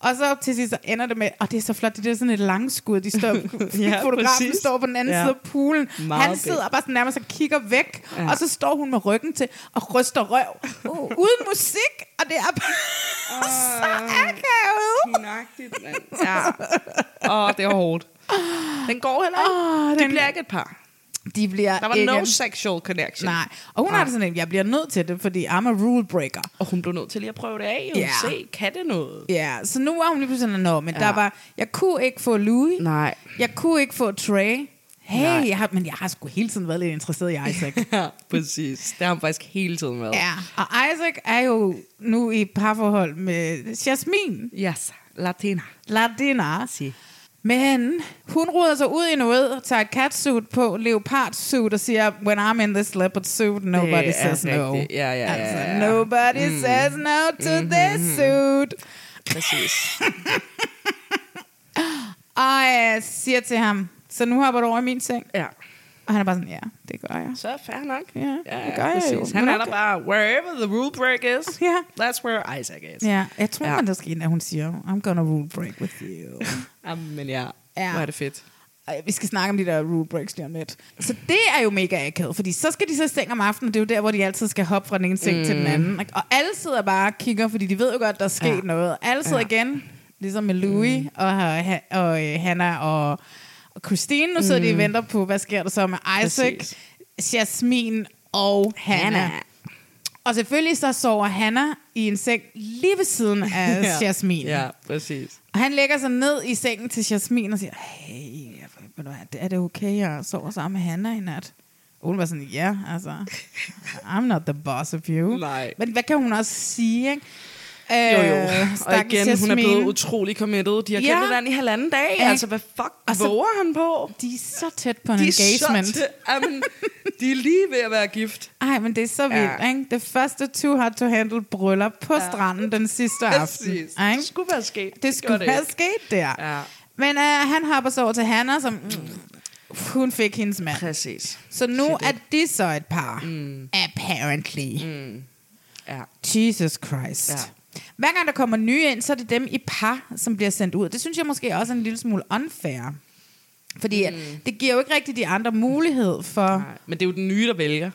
Og så til sidst så ender det med, og det er så flot, det er sådan et langskud, de står, ja, Ja, fotografen præcis. står på den anden Ja. side af poolen. Meget han sidder fedt. bare sådan nærmest og kigger væk, ja. og så står hun med ryggen til og ryster røv. Uh. Uden musik, og det er bare så akavet. Pinagtigt, mand. Ja. Åh, det er hårdt. Den går heller ikke. Åh, Oh, de Ah, den- bliver ikke et par. De bliver Der var ikke... no sexual connection. Nej, og hun har det sådan en, jeg bliver nødt til det, fordi I'm a rule breaker. Og hun blev nødt til lige at prøve det af. Jo. Ja. Se, kan det noget? Ja, så nu var hun lige pludselig sådan, nå, men ja. Ja. der var, jeg kunne ikke få Louis. Nej. Jeg kunne ikke få Trey. Hey, Nej. jeg har, men jeg har sgu hele tiden været lidt interesseret i Isaac. Ja, præcis. Det har hun faktisk hele tiden været. ja, og Isaac er jo nu i parforhold med Jasmine. Yes, latina. Latina. Si. Men hun ruder sig ud i noget, tager et catsuit på, leopardsuit, og siger, when I'm in this leopard suit, nobody er says no. rigtigt. Ja, ja, ja, Mhm. altså, ja, ja. nobody mm. says no to mm. this suit. Præcis. Og jeg siger til ham, så nu hopper du over i min seng. ja. Og han er bare sådan, ja, det gør jeg. Så fair nok. Ja, det gør jeg jo. Han Men er der okay. bare, wherever the rule break is, Ja. that's where Isaac is. Ja, jeg tror, ja. Ja. man der skal ind, at hun siger, I'm gonna rule break with you. Jamen, men ja. Ja. ja. Hvor er det fedt. Ej, vi skal snakke om de der rule breaks lige om lidt. Så det er jo mega akavet, fordi så skal de så i seng om aftenen, og det er jo der, hvor de altid skal hoppe fra den ene seng mm. til den anden. ikke? Og alle sidder bare og kigger, fordi de ved jo godt, der er sket ja. noget. Alle sidder ja. igen, ligesom med Louis mm. og, Ha- og øh, Hannah og, og Christine. Nu sidder mm. de og venter på, hvad sker der så med Isaac, Præcis. Jasmine og Hannah. Hannah. Og selvfølgelig så sover Hannah i en seng lige ved siden af ja. Jasmine. Ja, præcis. Og han lægger sig ned i sengen til Jasmin og siger, hey, ved du hvad, er det okay, jeg sover sammen med Hanna i nat? Og hun var sådan, ja, altså, I'm not the boss of you. Nej. Men hvad kan hun også sige, ikke? Jo, jo. Øh, Og stakkels igen, hun er Jasmin. blevet utrolig committed. De har Ja. kendt hinanden i halvanden dag. Ja. Altså, hvad fuck Og så- våger han på? De er så tæt på en De er engagement. så tæ- Jamen, de er lige ved at være gift. Ej, men det er så vildt, Ja. ikke? Det første too hot to handle bryllup på ja. stranden den sidste aften. Præcis. Ikke? Det skulle være sket. Det Det skulle gjorde det være ikke. sket der. Ja. Men øh, han hopper så over til Hanna, som... Mm, Hun fik hendes mand. Præcis. Så nu er det så et par. Mm. Apparently. Mm. Ja. Jesus Christ. Ja. Hver gang der kommer nye ind, så er det dem i par, som bliver sendt ud. Det synes jeg måske også er en lille smule unfair. Fordi mm. det giver jo ikke rigtig de andre mulighed for... Nej. Men det er jo den nye, der vælger,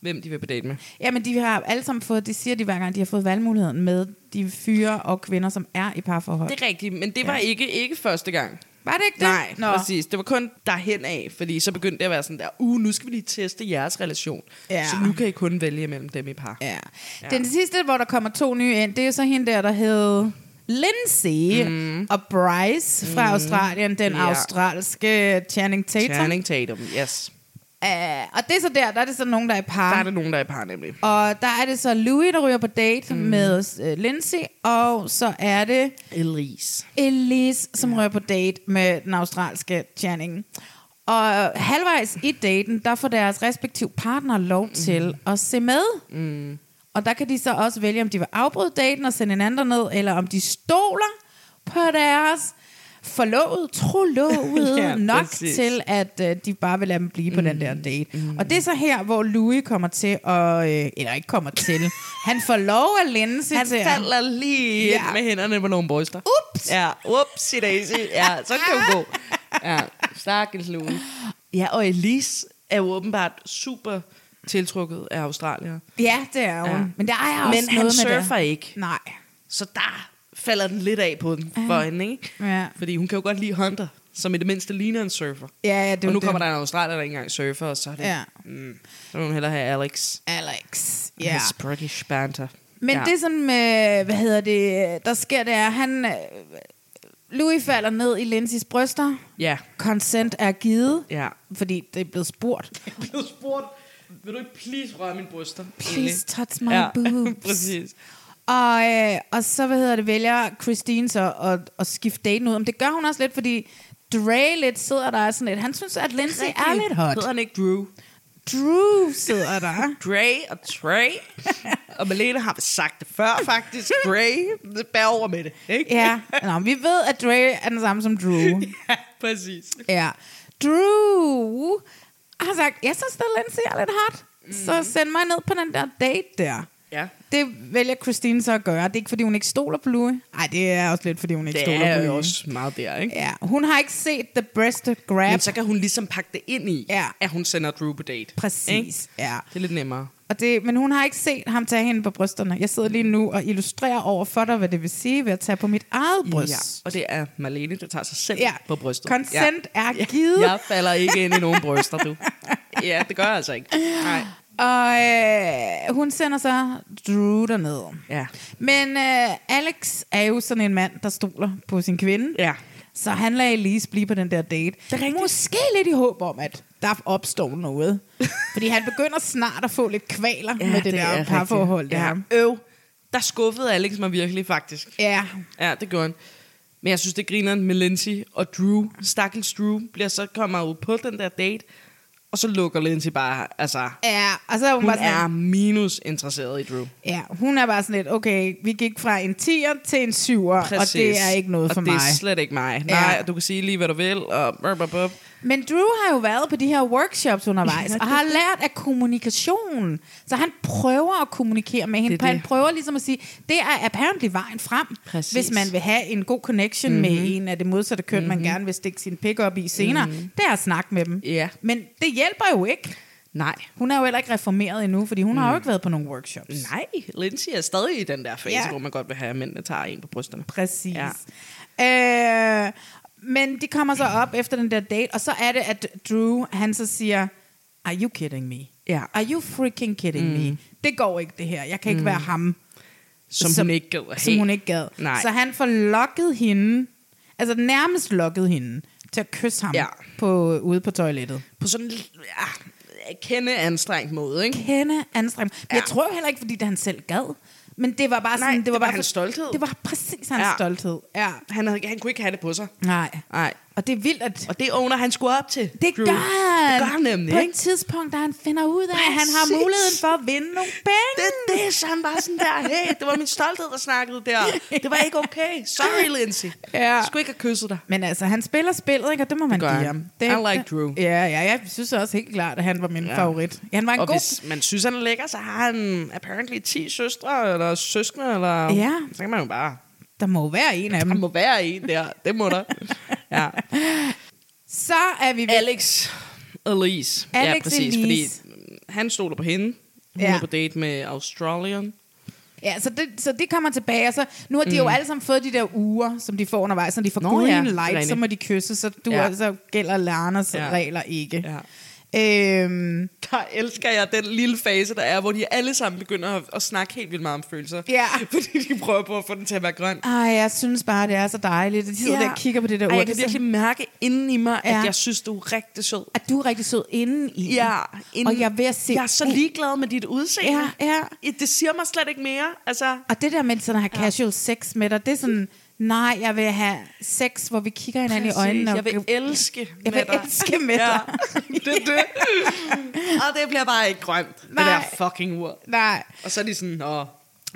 hvem de vil på date med. Jamen, de har alle sammen fået, det siger de hver gang, de har fået valgmuligheden med de fyre og kvinder, som er i parforhold. Det er rigtigt, men det var Ja. ja. ikke, ikke første gang. Var det ikke det? Nej, Nå. Nå. præcis. Det var kun derhen af, fordi så begyndte det at være sådan der, uh, nu skal vi lige teste jeres relation. Ja. Så nu kan I kun vælge mellem dem i par. Ja. Den sidste, hvor der kommer to nye ind, det er jo så hende der, der hed Lindsay mm. og Bryce fra mm. Australien, den Ja. australske Channing Tatum. Channing Tatum, yes. Uh, og det er så der, der er det så nogen, der er i par. Der er der nogen, der er i par, nemlig. Og der er det så Louis, der ryger på date mm. med øh, Lindsay, og så er det Elise. Elise, som ryger på date med den australske Channing. Og halvvejs i daten, der får deres respektive partner lov til at se med. Mhm. Mm. Og der kan de så også vælge, om de vil afbryde daten og sende en anden ned, eller om de stoler på deres forlovede, trolovede ja, Ja, nok præcis. præcis. til, at øh, de bare vil lade dem blive på mm. den der date. Mm. Og det er så her, hvor Louis kommer til at... Øh, eller ikke kommer til. Han får lov at lænde sig Han til... at- falder lige Altså, ja. Ja. ind med hænderne på nogle bryster. Ups! Ja, ups i daisy. Ja, så kan hun gå. Ja, stakkels Lune. Ja, og Elise er jo åbenbart super tiltrukket af australier. Ja, det er hun. Ja. Ja. Men der er Men også han noget med surfer det. ikke. Nej. Så der falder den lidt af på den for hende, ikke? Ja. Fordi hun kan jo godt lide Hunter, som i det mindste ligner en surfer. Ja, ja, det er og jo nu det. kommer der en australier, der ikke engang surfer, og så er det... Ja. Mm, så vil hun hellere have Alex. Alex. Ja. His British banter. Men ja. ja. det som, øh, hvad hedder det, øh, der sker, det er, han... Øh, Louis falder ned i Lindsays bryster. Ja. Consent er givet. Ja. Fordi det er blevet spurgt. blevet spurgt, vil du ikke please røre mine bryster? Please touch my ja. boobs. præcis. Og, øh, og så, hvad hedder det, vælger Christine så at, at skifte daten ud. Men det gør hun også lidt, fordi Dre lidt sidder der og sådan lidt. Han synes, at Lindsay er lidt hot. Hedder han ikke Drew? Drew sidder der. Dre og Trey. og Malene har sagt det før, faktisk. Dre, bær over med det. Ikke? Ja, Nå, men vi ved, at Dre er den samme som Drew. ja, præcis. Ja. Drew har sagt, jeg synes, at Lindsay er lidt hot. Mm. Så send mig ned på den der date der. Mhm. Ja. Det vælger Christine så at gøre. Det er ikke, fordi hun ikke stoler på Louis. Nej, det er også lidt, fordi hun ikke Det stoler på er jo Louis. også meget der, ikke? Ja, hun har ikke set The Breast Grab. Men så kan hun ligesom pakke det ind i, Ja. at hun sender Drew på date. Præcis, Ikke? ja. Det er lidt nemmere. Og det, men hun har ikke set ham tage hende på brysterne. Jeg sidder lige nu og illustrerer over for dig, hvad det vil sige ved at tage på mit eget bryst. Ja. Og det er Malene, der tager sig selv Ja. ja. på brystet. Consent er Ja. givet. Jeg falder ikke ind i nogen bryster, du. Ja, det gør jeg altså ikke. Nej. Og øh, hun sender så Drew derned. Ja. Men øh, Alex er jo sådan en mand, der stoler på sin kvinde. Ja. Så han lader Elise blive på den der date. er rigtigt. Måske lidt i håb om, at der opstår noget. Fordi han begynder snart at få lidt kvaler ja, med det, det der parforhold. Ja. Der. Øv. Der skuffede Alex mig virkelig, faktisk. Ja. Ja, det gjorde han. Men jeg synes, det griner med Lindsay og Drew. Stakkels Drew bliver så kommer ud på den der date, og så lukker Lindsay bare, altså... Ja, og så er hun, Hun bare sådan, er minus interesseret i Drew. Ja, hun er bare sådan lidt, okay, vi gik fra en 10'er til en 7'er, Præcis. og det er ikke noget og for det mig. det er slet ikke mig. Ja. Nej, og du kan sige lige, hvad du vil, og... Bub, bub, bub. Men Drew har jo været på de her workshops undervejs, Ja, det- og har lært af kommunikation. Så han prøver at kommunikere med hende. Det Det er Han det. prøver ligesom at sige, det er apparently vejen frem, Præcis. Mhm. hvis man vil have en god connection mm-hmm. med en af det modsatte køn, mm-hmm. man gerne vil stikke sin pik op i senere. Mm-hmm. Det er at snakke med dem. Ja. Men det hjælper jo ikke. Nej. Hun er jo heller ikke reformeret endnu, fordi hun mm. Mhm. har jo ikke været på nogen workshops. Nej, Lindsay er stadig i den der fase, Ja. ja. hvor man godt vil have, at mændene tager en på brysterne. Præcis. Ja. Ja. Øh, men de kommer så op efter den der date, og så er det, at Drew, han så siger, are you kidding me? Ja. Are you freaking kidding mm. me? Det går ikke, det her. Jeg kan ikke mm. være ham. Som, hun ikke gad at Som have. hun ikke gad. Nej. Så han får lokket hende, altså nærmest lokket hende, til at kysse ham Ja. på, ude på toilettet. På sådan en ja, kende anstrengt måde, ikke? Kende anstrengt. Men ja. jeg tror jo heller ikke, fordi det han selv gad. Men det var bare sådan... Nej, det var var bare hans for- stolthed. Det var præcis hans ja. Ja. stolthed. Ja. Han, havde, han kunne ikke have det på sig. Nej. Nej. Og det er vildt, at... Og det owner han skulle op til. Det Drew. gør han. Det gør han nemlig, På et ikke? tidspunkt, da han finder ud af, at han har Præcis. muligheden for at vinde nogle penge. Det, det er sådan bare sådan der, hey, det var min stolthed, der snakkede der. Det var ikke okay. Sorry, Lindsay. Ja. Jeg skulle ikke have kysset dig. Men altså, han spiller spillet, ikke? og det må man gør give han. ham. I like Drew. Ja, ja, jeg synes også helt klart, at han var min ja. favorit. Ja, han var en og god... hvis man synes, han er lækker, så har han apparently 10 søstre, eller søskende, eller... Ja. Så kan man jo bare... Der må jo være en af Der dem. må være en der. Det må der. Ja. Så er vi ved... Alex Elise. ja, Alex præcis, Elise. fordi mm, han stoler på hende. Hun Ja. er på date med Australian. Ja, så det, så det kommer tilbage. Og så, nu har de mm. jo alle sammen fået de der uger, som de får undervejs. Når de får Nå, green ja, light, så rigtigt. må de kysse, så, du Ja. ja. så gælder Larnas Ja. ja. regler ikke. Ja. Øhm, Der elsker jeg den lille fase, der er, hvor de alle sammen begynder at, at snakke helt vildt meget om følelser. Ja. Fordi de prøver på at få den til at være grøn. ej, jeg synes bare, det er så dejligt. at De sidder ja. der og kigger på det der ur. Ej, jeg Det kan er så- virkelig mærke inden i mig, at Ja. jeg synes, du er rigtig sød. at du er rigtig sød inden i. Ja, inden, og jeg er ved at se Oh. Jeg er så ligeglad med dit udseende. Ja, ja. I- Det siger mig slet ikke mere. Altså, Og det der med sådan at have casual sex med dig, det er sådan, nej, jeg vil have sex, hvor vi kigger hinanden i øjnene. og- jeg vil elske Jeg med vil dig. elske med ja. dig. det er det. Og det bliver bare ikke grønt. Nej. Det Nej. der fucking ur. Nej. Og så er de sådan, åh...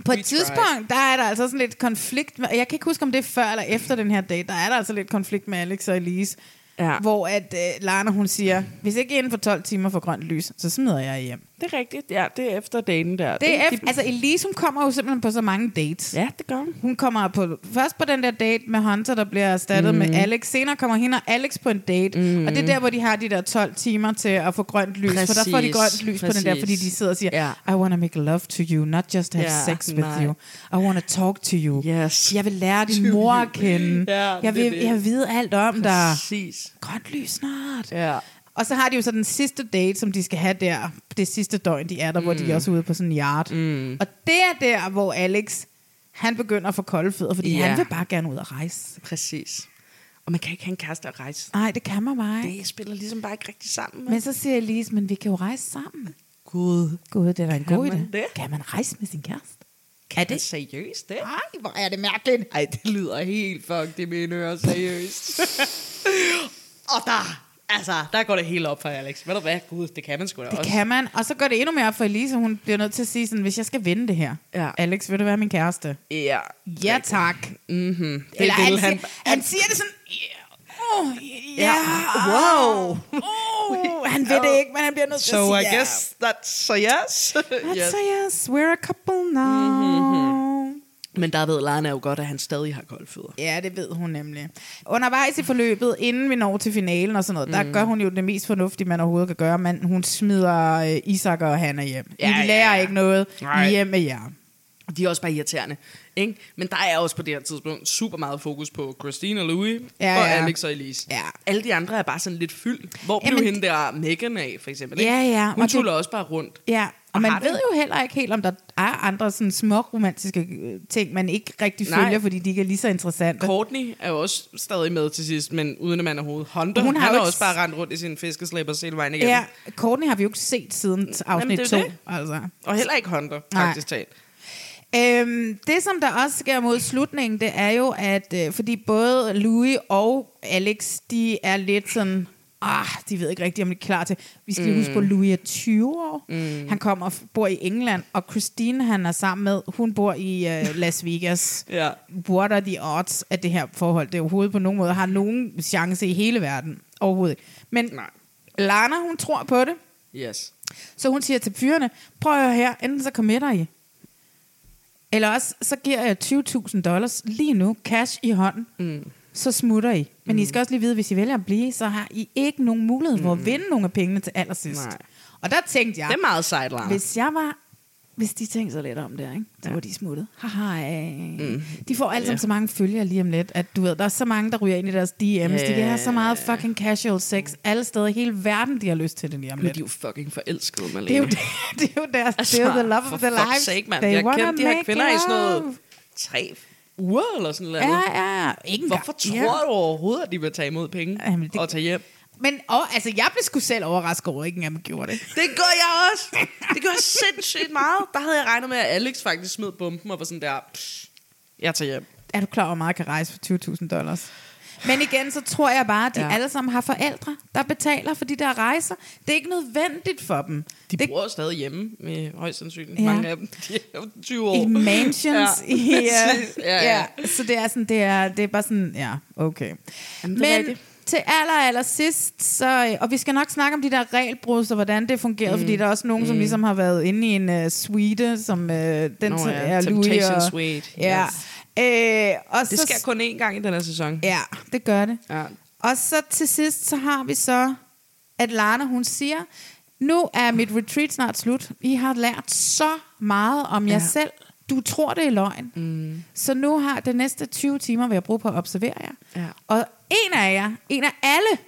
På we et tried." tidspunkt, der er der altså sådan lidt konflikt. Med, jeg kan ikke huske, om det er før eller efter den her date. Der er der altså lidt konflikt med Alex og Elise. Ja. Hvor at øh, Lana, hun siger, hvis ikke inden for 12 timer får grønt lys, så smider jeg jer hjem. Det er rigtigt. Ja, det er efter dagen der. Det er, altså Elise, hun kommer jo simpelthen på så mange dates. Ja, det gør hun. Hun kommer på, først på den der date med Hunter, der bliver erstattet mm. med Alex. Senere kommer hende og Alex på en date. Mm. Og det er der, hvor de har de der 12 timer til at få grønt lys. Præcis. For der får de Præcis. grønt lys Præcis. på den der, fordi de Præcis. sidder og siger, Ja. I want to make love to you, not just have Ja, sex with nej. you. I want to talk to you. Yes. Jeg vil lære din mor at kende. Ja, det er jeg, vil, det. jeg vil vide alt om dig. Præcis. Grønt lys snart. Ja. Og så har de jo så den sidste date, som de skal have der, det sidste døgn, de er der, mm. hvor de er også ude på sådan en yard. Mm. Og det er der, hvor Alex, han begynder at få kolde fødder, fordi Ja. han vil bare gerne ud og rejse. Præcis. Og man kan ikke have en kæreste og rejse. Nej, det kan man bare ikke. Det spiller ligesom bare ikke rigtig sammen. Men så siger Elise, men vi kan jo rejse sammen. Gud. Gud, det er da en god man idé. det? Kan man rejse med sin kæreste? Er det seriøst, det? Nej, hvor er det mærkeligt. Ej, det lyder helt fucked i mine ører, seriøst. og der, altså, der går det helt op for Alex. Ved du hvad? Gud, det kan man sgu da Det også. kan man. Og så går det endnu mere op for Elise, hun bliver nødt til at sige sådan, hvis jeg skal vinde det her, Ja. Alex, vil du være min kæreste? Ja. Ja tak. Mm-hmm. Eller Det han, vil han, han. siger, han siger det sådan... Yeah. Oh, yeah. Wow. Uh, Oh, han ved det ikke, men han bliver nødt til at So sige I ja. guess that's a yes. That's a yes, we're a couple now. Mm-hmm. Men der ved Lana jo godt, at han stadig har kolde fødder. Ja, det ved hun nemlig. Undervejs i forløbet, inden vi når til finalen og sådan noget, mm. der gør hun jo det mest fornuftige, man overhovedet kan gøre, men hun smider øh, Isak og Hanna hjem. Ja, Ja, ja, I lærer ja. ikke noget. Nej. I er hjem med jer. Og De er også bare irriterende. Ikke? Men der er også på det her tidspunkt super meget fokus på Christine og Louis, Ja, og ja. Alex og Elise. Ja. Alle de andre er bare sådan lidt fyldt. Hvor blev Jamen, hende der Megan af, for eksempel? Ja, ja, Hun og det- tuller også bare rundt. Ja, og Og man har det. ved jo heller ikke helt, om der er andre sådan små romantiske øh, ting, man ikke rigtig Nej. følger, fordi de ikke er lige så interessante. Courtney er jo også stadig med til sidst, men uden at man er hovedet. Hunter, Hun hun har har han jo har ikke- også bare rendt rundt i sin fiskeslæber hele vejen igennem. Ja, Ja. Courtney har vi jo ikke set siden afsnit det 2. er jo det. Altså. Og heller ikke Hunter, Nej. faktisk talt. Øhm, det, som der også sker mod slutningen, det er jo, at øh, fordi både Louis og Alex, de er lidt sådan, ah, de ved ikke rigtigt, om de er klar til. Vi skal lige huske på, at Louis er 20 år. Mm. Han kommer og f- bor i England, og Christine, han er sammen med, hun bor i øh, Las Vegas. Ja. What are the odds, at det her forhold, det overhovedet på nogen måde har nogen chance i hele verden? Overhovedet ikke. Men Nej. Lana, hun tror på det. Yes. Så hun siger til fyrene, prøv at høre her, enten så committer I, eller også så giver jeg 20.000 dollars lige nu, cash i hånden, mm. så smutter I. Men mm. I skal også lige vide, hvis I vælger at blive, så har I ikke nogen mulighed for at vinde nogle af pengene til allersidst. Nej. Og der tænkte jeg, Det er meget sejt, Lana. Ah. hvis jeg var... Hvis de tænkte så lidt om det, ikke? så ja. var de smuttet. Haha, mm. De får alle sammen så mange følgere lige om lidt, at du ved, der er så mange, der ryger ind i deres DM's. Yeah. De kan have så meget fucking casual sex alle steder i hele verden, de har lyst til det lige om Men lidt. de er jo fucking forelskede, Malene. Det er jo, det, det er jo deres, altså, det er jo the love for of the fuck's life. Sake, man. jeg har kendt de her kvinder i sådan noget tre uger eller sådan noget. Ja, ja, ja. Ikke engang- Hvorfor tror ja. du overhovedet, at de vil tage imod penge Jamen, det- og tage hjem? Men og, altså, jeg blev sgu selv overrasket over, at ikke engang gjorde det. Det gør jeg også. Det gør jeg sindssygt meget. Der havde jeg regnet med, at Alex faktisk smed bomben og var sådan der, "Pff, jeg tager hjem. Er du klar over, hvor meget jeg kan rejse for 20.000 dollars? Men igen, så tror jeg bare, at de Ja. ja. alle sammen har forældre, der betaler for de der rejser. Det er ikke nødvendigt for dem. De det, bor stadig hjemme, med højst sandsynligt. Ja. Ja. Mange af dem, de er jo 20 år. I mansions. Ja, i, præcis. ja, ja. ja. Så det er sådan, det er, det er bare sådan, ja, okay. Jamen, det Men er rigtigt. til aller, aller sidst, så, øh, og vi skal nok snakke om de der regelbrud, og hvordan det fungerede, mm. fordi der er også nogen, mm. som ligesom har været inde i en uh, suite, som uh, den Nå som ja, er Louis Temptation og, Suite, Ja. yes. Øh, og Det så, sker kun én gang i den her sæson. Ja, det gør det. Ja. Og så til sidst, så har vi så, at Lana hun siger, nu er mit retreat snart slut. I har lært så meget om jer Ja. ja. selv. Du tror, det er løgn. Mm. Så nu har det næste 20 timer, vil jeg bruge på at observere jer. Ja. Og en af jer, en af alle,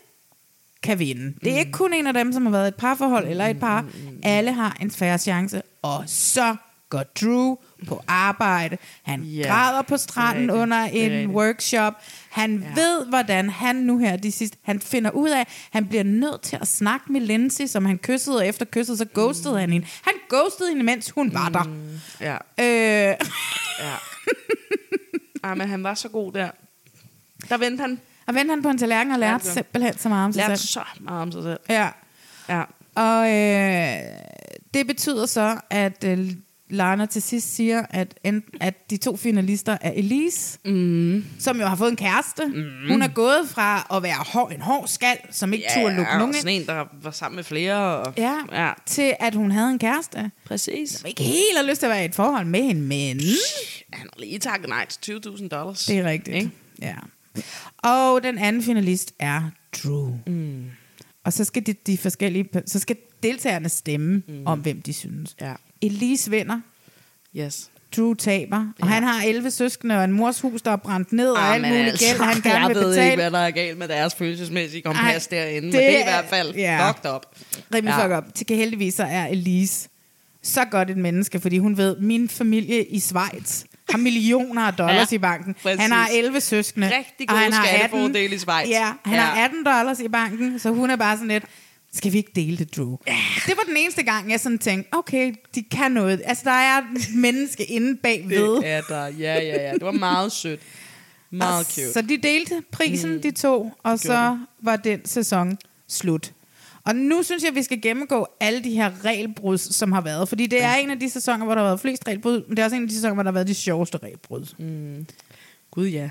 kan vinde. Det er ikke kun en af dem, som har været i et parforhold eller et par. Alle har en færre chance. Og så går Drew på arbejde. Han Ja, yeah. græder det er på stranden rigtigt. under Det er en rigtigt. workshop. Han ja. ved, hvordan han nu her de sidste... Han finder ud af, han bliver nødt til at snakke med Lindsay, som han kyssede, og efter kysset, så ghostede mm. han hende. Han ghostede hende, mens hun var Mm. der. Ja. Øh, ja. Ej, men han var så god der. Der vendte han. og vendte han på en tallerken og lærte det gør. simpelthen så meget om sig Lærte selv. så meget om sig selv. Ja. Ja. Og øh, det betyder så, at øh, Lana til sidst siger, at, en, at de to finalister er Elise, mm. som jo har fået en kæreste. Mm. Hun er gået fra at være hår, en hård skal, som ikke yeah, turde lukke nogen sådan ind, en, der var sammen med flere. Og, ja, ja. ja. til at hun havde en kæreste. Præcis. Ikke helt har lyst til at være i et forhold med hende, men Han har lige takket nej til 20.000 dollars. det er rigtigt. Ikke? Ja. Og den anden finalist er Drew. Mm. Og så skal de, de forskellige, så skal deltagerne stemme mm. om, hvem de synes. Ja. Elise vinder, Yes. Drew taber, og ja. han har 11 søskende og en mors hus, der er brændt ned, og alt Jamen muligt altså, gæld, han jeg gerne vil ved betale. ikke, hvad der er galt med deres følelsesmæssige kompas Ej, derinde. det Det, men det er i er- hvert fald ja. fucked up. rimelig Ja. ja. fuck op. Til heldigvis så er Elise så godt et menneske, fordi hun ved, min familie i Schweiz har millioner af dollars Ja, ja, i banken. præcis. Præcis. Han har 11 søskende. Rigtig og gode han har 18 skattefordele i Schweiz. Ja, han ja. Ja. har 18 dollars i banken, så hun er bare sådan lidt, skal vi ikke dele det, Drew? Det var den eneste gang, jeg sådan tænkte, okay, de kan noget. Altså, der er et menneske inde bagved. Det er der. Ja, ja, ja. Det var meget sødt. Og Meget cute. Så de delte prisen, Ah, mm. de to, og så var den sæson slut. Og nu synes jeg, vi skal gennemgå alle de her regelbrud, som har været. Fordi det er en af de sæsoner, hvor der har været flest regelbrud, men det er også en af de sæsoner, hvor der har været de sjoveste regelbrud. Mm. Gud ja.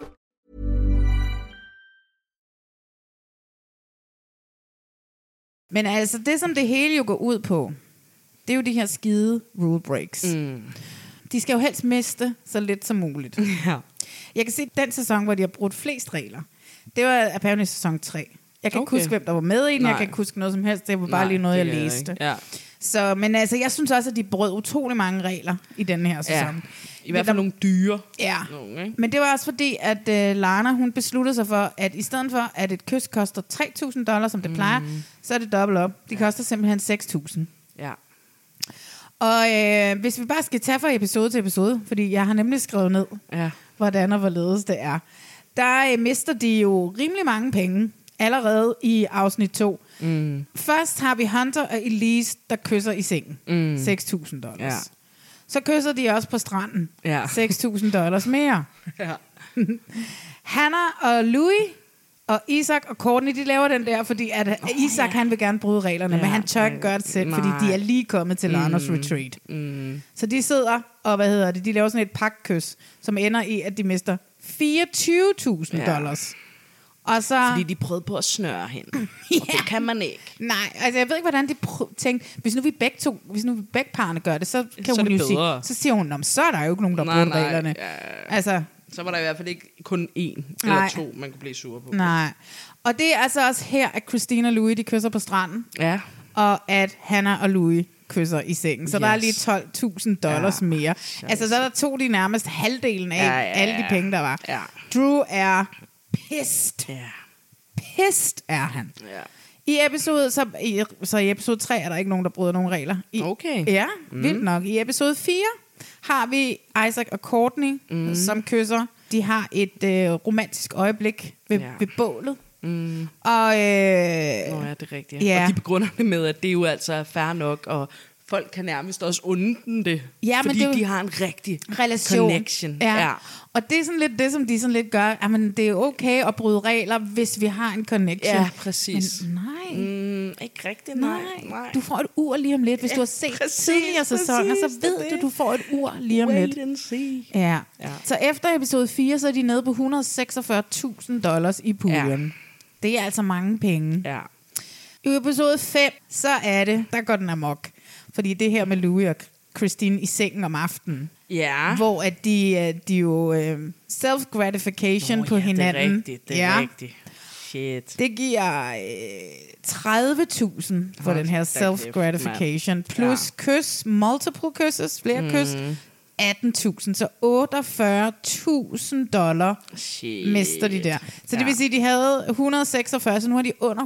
Men altså, det som det hele jo går ud på, det er jo de her skide rule breaks. Mm. De skal jo helst miste så lidt som muligt. Ja. Jeg kan se, at den sæson, hvor de har brugt flest regler, det var apparently sæson 3. Jeg kan okay. ikke Okay. huske, hvem der var med i den. Nej. Jeg kan ikke huske noget som helst. Det var bare Nej, Nej, lige noget, det jeg kan jeg læste. ikke. Ja. Så, men altså, jeg synes også, at de brød utrolig mange regler i den her sæson. ja. Men I hvert der- fald nogle dyre. Ja, Nogle, ikke? men det var også fordi, at øh, Lana hun besluttede sig for, at i stedet for, at et kys koster 3.000 dollars, som det mm. plejer, så er det dobbelt op. Det koster simpelthen 6.000. Ja. Og øh, hvis vi bare skal tage fra episode til episode, fordi jeg har nemlig skrevet ned, Ja. hvordan og hvorledes det er, der øh, mister de jo rimelig mange penge allerede i afsnit 2. Mm. Først har vi Hunter og Elise, der kysser i sengen. Mm. 6.000 dollars. Ja. Ja. Så kysser de også på stranden. Ja. 6.000 dollars mere. Ja. Hannah og Louis Og Isak og Courtney, de laver den der, fordi at oh, Isak, ja. han vil gerne bryde reglerne, ja, men han tør ikke gøre det selv, fordi nej. de er lige kommet til Lana's Mm. retreat. Mm. Så de sidder, og hvad hedder det, de laver sådan et pakkys, som ender i, at de mister 24.000 Ja. dollars. Og så... Fordi de prøvede på at snøre hende. Ah. Ja. Og det kan man ikke. Nej, altså jeg ved ikke, hvordan de pr- tænkte, hvis nu vi begge to, hvis nu vi begge parerne gør det, så kan Så er hun det jo bedre. sige, så siger hun, "Nå, men så er der jo ikke nogen, der Nej, bruger nej, reglerne. ja. Altså, Så var der i hvert fald ikke kun én Nej. eller to, man kunne blive sur på. nej. Og det er altså også her, at Christina og Louis, de kysser på stranden. Ja. Og at Hannah og Louis kysser i sengen. Så yes. der er lige 12.000 dollars ja. mere. Altså, så der tog de nærmest halvdelen af ja, ja, ja. alle de penge, der var. Ja. Drew er pissed. Ja. Pissed er han. Ja. I episode, så, i, så i episode 3 er der ikke nogen, der bryder nogen regler. I, Okay. Ja, mm. Mm. vildt nok. I episode 4 har vi Isaac og Courtney, mm. som kysser. De har et øh, romantisk øjeblik ved, ja. Ja. ved bålet. Mm. Og, øh, Nå ja, det er rigtigt. Ja. Ja. Og de begrunder det med, at det er jo altså er fair nok, og folk kan nærmest også unde den det. Ja, men fordi det er jo- de har en rigtig relation. connection. Mm, Ja. ja. Og det er sådan lidt det, som de sådan lidt gør. Jamen, det er okay at bryde regler, hvis vi har en connection. Ja, præcis. Men nej. Mm, ikke rigtigt, nej. nej. nej. Du får et ur lige om lidt. Hvis du har set præcis, tidligere sæsoner, så præcis, det er ved det. du, du får et ur lige om Wait lidt. and see. Ja. ja. Ja. Så efter episode 4, så er de nede på 146.000 dollars i puljen. Ja. Det er altså mange penge. Ja. I episode 5, så er det, der går den amok. Fordi det her med Louis og Christine i sengen om aftenen. Ja. Hvor at de, øh, de jo øh, self-gratification Nå, på ja, hinanden. Det er rigtigt, det er ja. rigtigt. Shit. Det giver øh, 30.000 for Hold den her da kæft, mand. self-gratification. Plus ja. kys, multiple kysses, flere mm. kys. 18.000, så 48.000 dollar Shit. mister de der. Så ja. det vil sige, at de havde 146, så nu har de under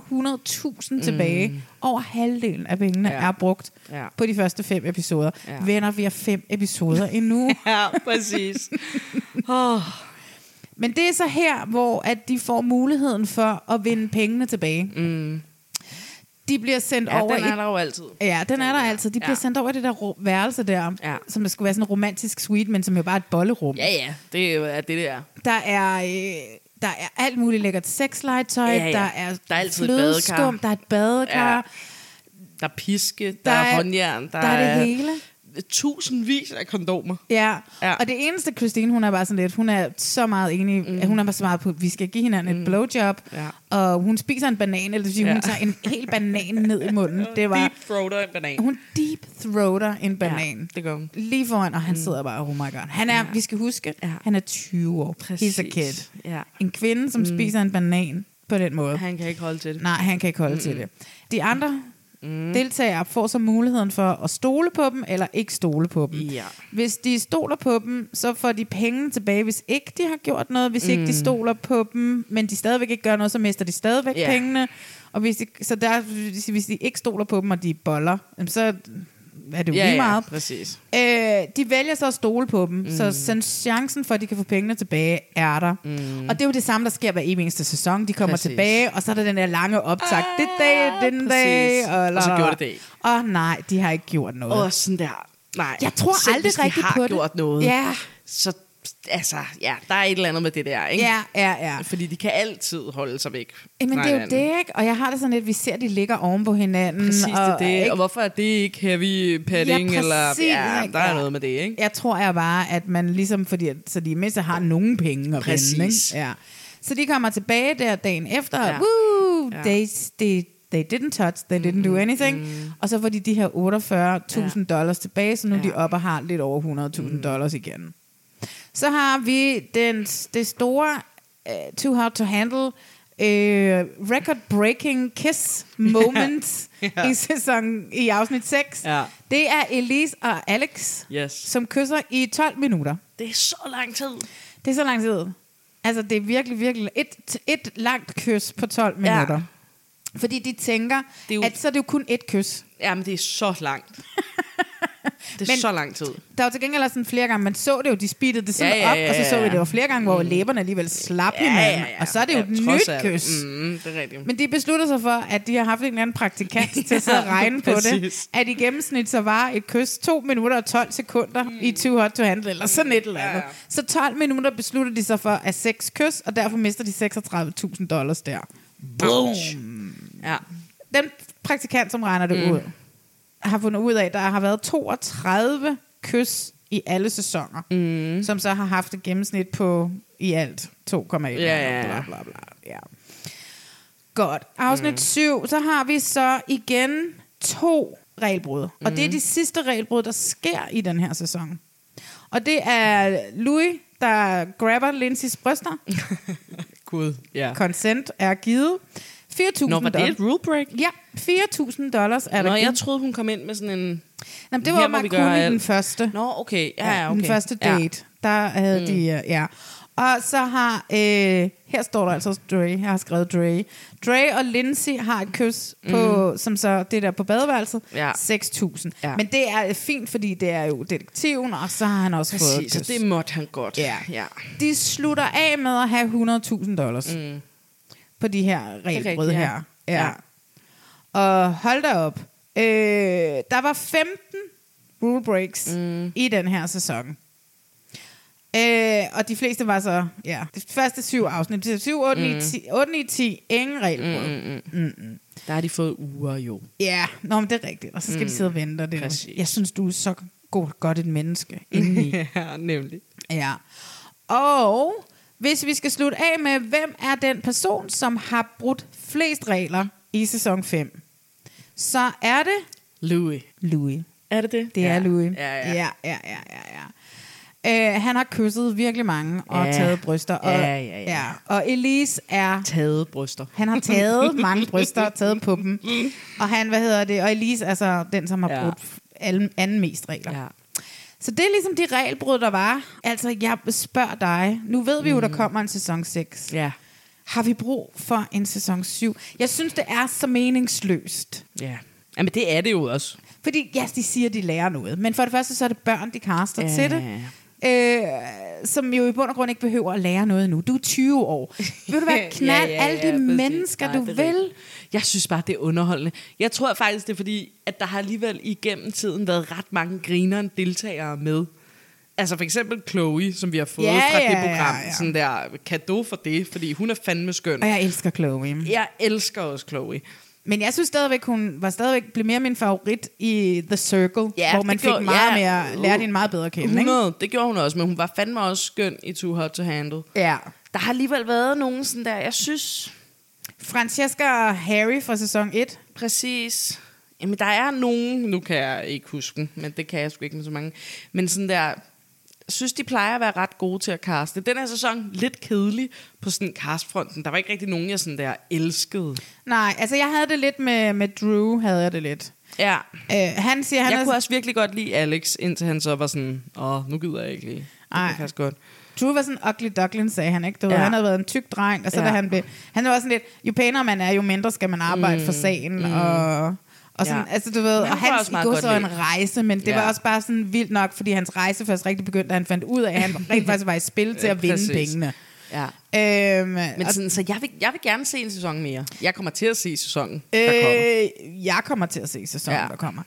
100.000 tilbage. Over halvdelen af pengene ja. Ja. er brugt ja. Ja. på de første fem episoder. Ja. Ja. Venner, vi har fem episoder endnu. Ja, præcis. oh. Men det er så her, hvor at de får muligheden for at vinde pengene tilbage. Mm. De bliver sendt Ja, over den i- er der jo altid. Ja, den er der altså. De bliver ja. Ja. sendt over i det der rum, værelse der, ja. Ja. som der skulle være sådan en romantisk suite, men som jo bare er et bollerum. Ja, ja, det er jo er det, det er. Der er... Øh, der er alt muligt lækkert sexlegetøj, Ja, ja. der er, Der er altid et flødeskum, badekar. der er et badekar, Ja. Der er piske, der, Der der er, er- håndjern, der, der er det hele. Tusindvis af kondomer. Ja. ja, Ja. og det eneste, Christine, hun er bare sådan lidt, hun er så meget enig, mm. hun er bare så meget på, at vi skal give hinanden mm. et blowjob, Ja. og hun spiser en banan, eller det vil sige, ja. Ja. hun tager en hel banan ned i munden. Det var, Deep throater en banan. hun deep throater en banan. det gør hun. Lige foran, og han mm. sidder bare, oh my god. Han er, ja. vi skal huske, ja. han er 20 år. Præcis. He's a Præcis. kid. Ja. En kvinde, som mm. spiser en banan på den måde. Han kan ikke holde til det. Nej, han kan ikke holde mm. til det. De andre mm. deltagere får så muligheden for at stole på dem, eller ikke stole på dem. Ja. Hvis de stoler på dem, så får de penge tilbage, hvis ikke de har gjort noget. Hvis mm. ikke de stoler på dem, men de stadigvæk ikke gør noget, så mister de stadigvæk Ja. pengene. Og hvis de, så der, hvis de ikke stoler på dem, og de boller, jamen så er det jo Ja, lige ja, meget. præcis. Øh, de vælger så at stole på dem, mm. så san- chancen for, at de kan få pengene tilbage, er der. Mm. Og det er jo det samme, der sker hver evig eneste sæson. De kommer præcis. Præcis. tilbage, og så er der den der lange optag. Ah, det dag, den dag. præcis. Og så gjorde det det ikke. Åh nej, de har ikke gjort noget. Og sådan der. Nej. Jeg tror Selv aldrig hvis de rigtig har på det. gjort noget. Ja. Så altså, ja, der er et eller andet med det der, ikke? Ja, ja, ja. Fordi de kan altid holde sig væk. Jamen fra det er jo hinanden. det, ikke? Og jeg har det sådan lidt, at vi ser, at de ligger oven på hinanden. Præcis, det er og, det. ikke? Og hvorfor er det ikke heavy padding? Ja, eller, præcis, ja, ikke? der er Ja. noget med det, ikke? Jeg tror jeg bare, at man ligesom, fordi, at- så de mindste har nogen penge at Præcis. vinde, ikke? Ja. Så de kommer tilbage der dagen efter, ja. Ja. woo, ja. Ja. They, they, they didn't touch, they didn't do anything, mm. og så får de de her 48.000 dollars tilbage, så nu ja. de oppe og har lidt over 100.000 mm. dollars igen. Så har vi den, det store uh, Too Hard to Handle øh, record-breaking kiss moment ja. Ja. i sæson i afsnit 6. Ja. Det er Elise og Alex, Yes. som kysser i 12 minutter. Det er så lang tid. Det er så lang tid. Altså, det er virkelig, virkelig et, et langt kys på 12 Ja. minutter. Fordi de tænker, er jo- at så er det jo kun et kys. Jamen, det er så langt. Det er men, så lang tid. Der var til gengæld også sådan flere gange, man så det jo, de speedede det sådan Ja, ja, op, ja, og så så vi, ja. Mm. det var flere gange, hvor læberne alligevel slap ja, hinanden, ja, ja. og så er det jo ja, et trods nyt alt. kys. Mm, det er rigtigt. Men de besluttede sig for, at de har haft en eller anden praktikant til at sidde og regne på det. Præcis. At i gennemsnit så var et kys 2 minutter og 12 sekunder mm. i Too Hot to Handle, eller sådan et eller andet. Så 12 minutter besluttede de sig for at seks kys, og derfor mister de 36.000 dollars der. Boom! Ja. Den praktikant, som regner det mm. ud, har fundet ud af, at der har været 32 kys i alle sæsoner, mm. som så har haft et gennemsnit på i alt 2,1. Ja, ja, bla, ja. Mm. bla, bla. Ja. Godt. Afsnit 7, så har vi så igen to regelbrud. Mm. Og det er de sidste regelbrud, der sker i den her sæson. Og det er Louis, der grabber Lindsays bryster. Gud, ja. Consent er givet. 4.000 Nå, var det et rule break? Ja, 4.000 dollars er der Nå, givet. jeg troede, hun kom ind med sådan en... Jamen, det var Her jo må vi Marconi gøre alt. den første. Nå, okay. Ja, ja, okay. Den første Ja. date. Ja. Der havde mm. de, øh, ja. Og så har, øh, her står der altså også Dre, jeg har skrevet Dre. Dre og Lindsay har et kys på, som så det der på badeværelset, Mm. Ja. 6.000. Ja. Men det er fint, fordi det er jo detektiven, og så har han også fået et Præcis, så kys. det måtte han godt. Ja. ja. De slutter af med at have 100.000 dollars mm. på de her regelbrud rigtigt, ja. her. Ja. ja. Og hold da op. Øh, der var 15 rule breaks mm. i den her sæson. Øh, og de fleste var så, ja, de første syv afsnit. De syv, otte, ni, ti, otte, ni, ti, ingen regelbrud. Mm, mm, mm. Mm, Der har de fået uger jo. Ja, nå, men det er rigtigt. Og så skal mm. de sidde og vente. Og det er jo, Præcis. jeg synes, du er så god, godt et menneske indeni. ja, nemlig. Ja. Og hvis vi skal slutte af med, hvem er den person, som har brudt flest regler i sæson 5, så er det Louis. Louis. Er det det? Det ja. er Louis. Ja, ja. ja, ja, ja, ja, ja. Øh, han har kysset virkelig mange og Ja. taget bryster. Og, Ja, ja, ja. Og Elise er... Taget bryster. Han har taget mange bryster og taget på dem. Og han, hvad hedder det? Og Elise er så den, som har Ja. brudt alle, anden mest regler. Ja. Så det er ligesom de regelbrud, der var. Altså, jeg spørger dig. Nu ved vi jo, der kommer en sæson 6. Mm. Ja. Har vi brug for en sæson 7? Jeg synes, det er så meningsløst. Ja. Jamen, det er det jo også. Fordi, ja, de siger, de lærer noget. Men for det første, så er det børn, de kaster ja. til det. Øh, som jo i bund og grund ikke behøver at lære noget nu. Du er 20 år. Vil du være knald alle de præcis. mennesker, Nej, du det er vil? rigtigt. Jeg synes bare, det er underholdende. Jeg tror faktisk, det er fordi, at der har alligevel igennem tiden været ret mange grineren deltagere med. Altså for eksempel Chloe, som vi har fået Ja, fra ja, det program. ja, ja. Sådan der, kado for det, fordi hun er fandme skøn. Og jeg elsker Chloe. Jeg elsker også Chloe. Men jeg synes stadigvæk, hun var stadigvæk, blev mere min favorit i The Circle, Ja, hvor man det fik gjorde- meget ja. Uh, mere, lærte en meget bedre at kende. Ikke? 100, det gjorde hun også, men hun var fandme også skøn i Too Hot to Handle. Ja. Der har alligevel været nogen sådan der, jeg synes, Francesca og Harry fra sæson 1. Præcis. Jamen, der er nogen, nu kan jeg ikke huske dem, men det kan jeg sgu ikke med så mange. Men sådan der, jeg synes, de plejer at være ret gode til at kaste. Den her sæson, lidt kedelig på sådan castfronten. Der var ikke rigtig nogen, jeg sådan der elskede. Nej, altså jeg havde det lidt med, med Drew, havde jeg det lidt. Ja. Øh, han siger, han jeg er, kunne også virkelig godt lide Alex, indtil han så var sådan, åh, nu gider jeg ikke lige. Det Ej. kan faktisk godt. Drew var sådan ugly duckling, sagde han, ikke? Du ja. Ja. Han havde været en tyk dreng, og så ja. Ja. da han blev... Han var sådan lidt, jo pænere man er, jo mindre skal man arbejde mm. for sagen, mm. og... Og sådan, ja. Ja. altså du ved, Men og han kunne hans også meget god godt så en lide. rejse, men det ja. Ja. var også bare sådan vildt nok, fordi hans rejse først rigtig begyndte, da han fandt ud af, at han rent faktisk var i spil til at vinde Præcis. pengene. Ja. Øhm, Men og- sådan, så jeg vil, jeg vil gerne se en sæson mere. Jeg kommer til at se sæsonen, der kommer. Øh, jeg kommer til at se sæsonen, ja. Ja. der kommer.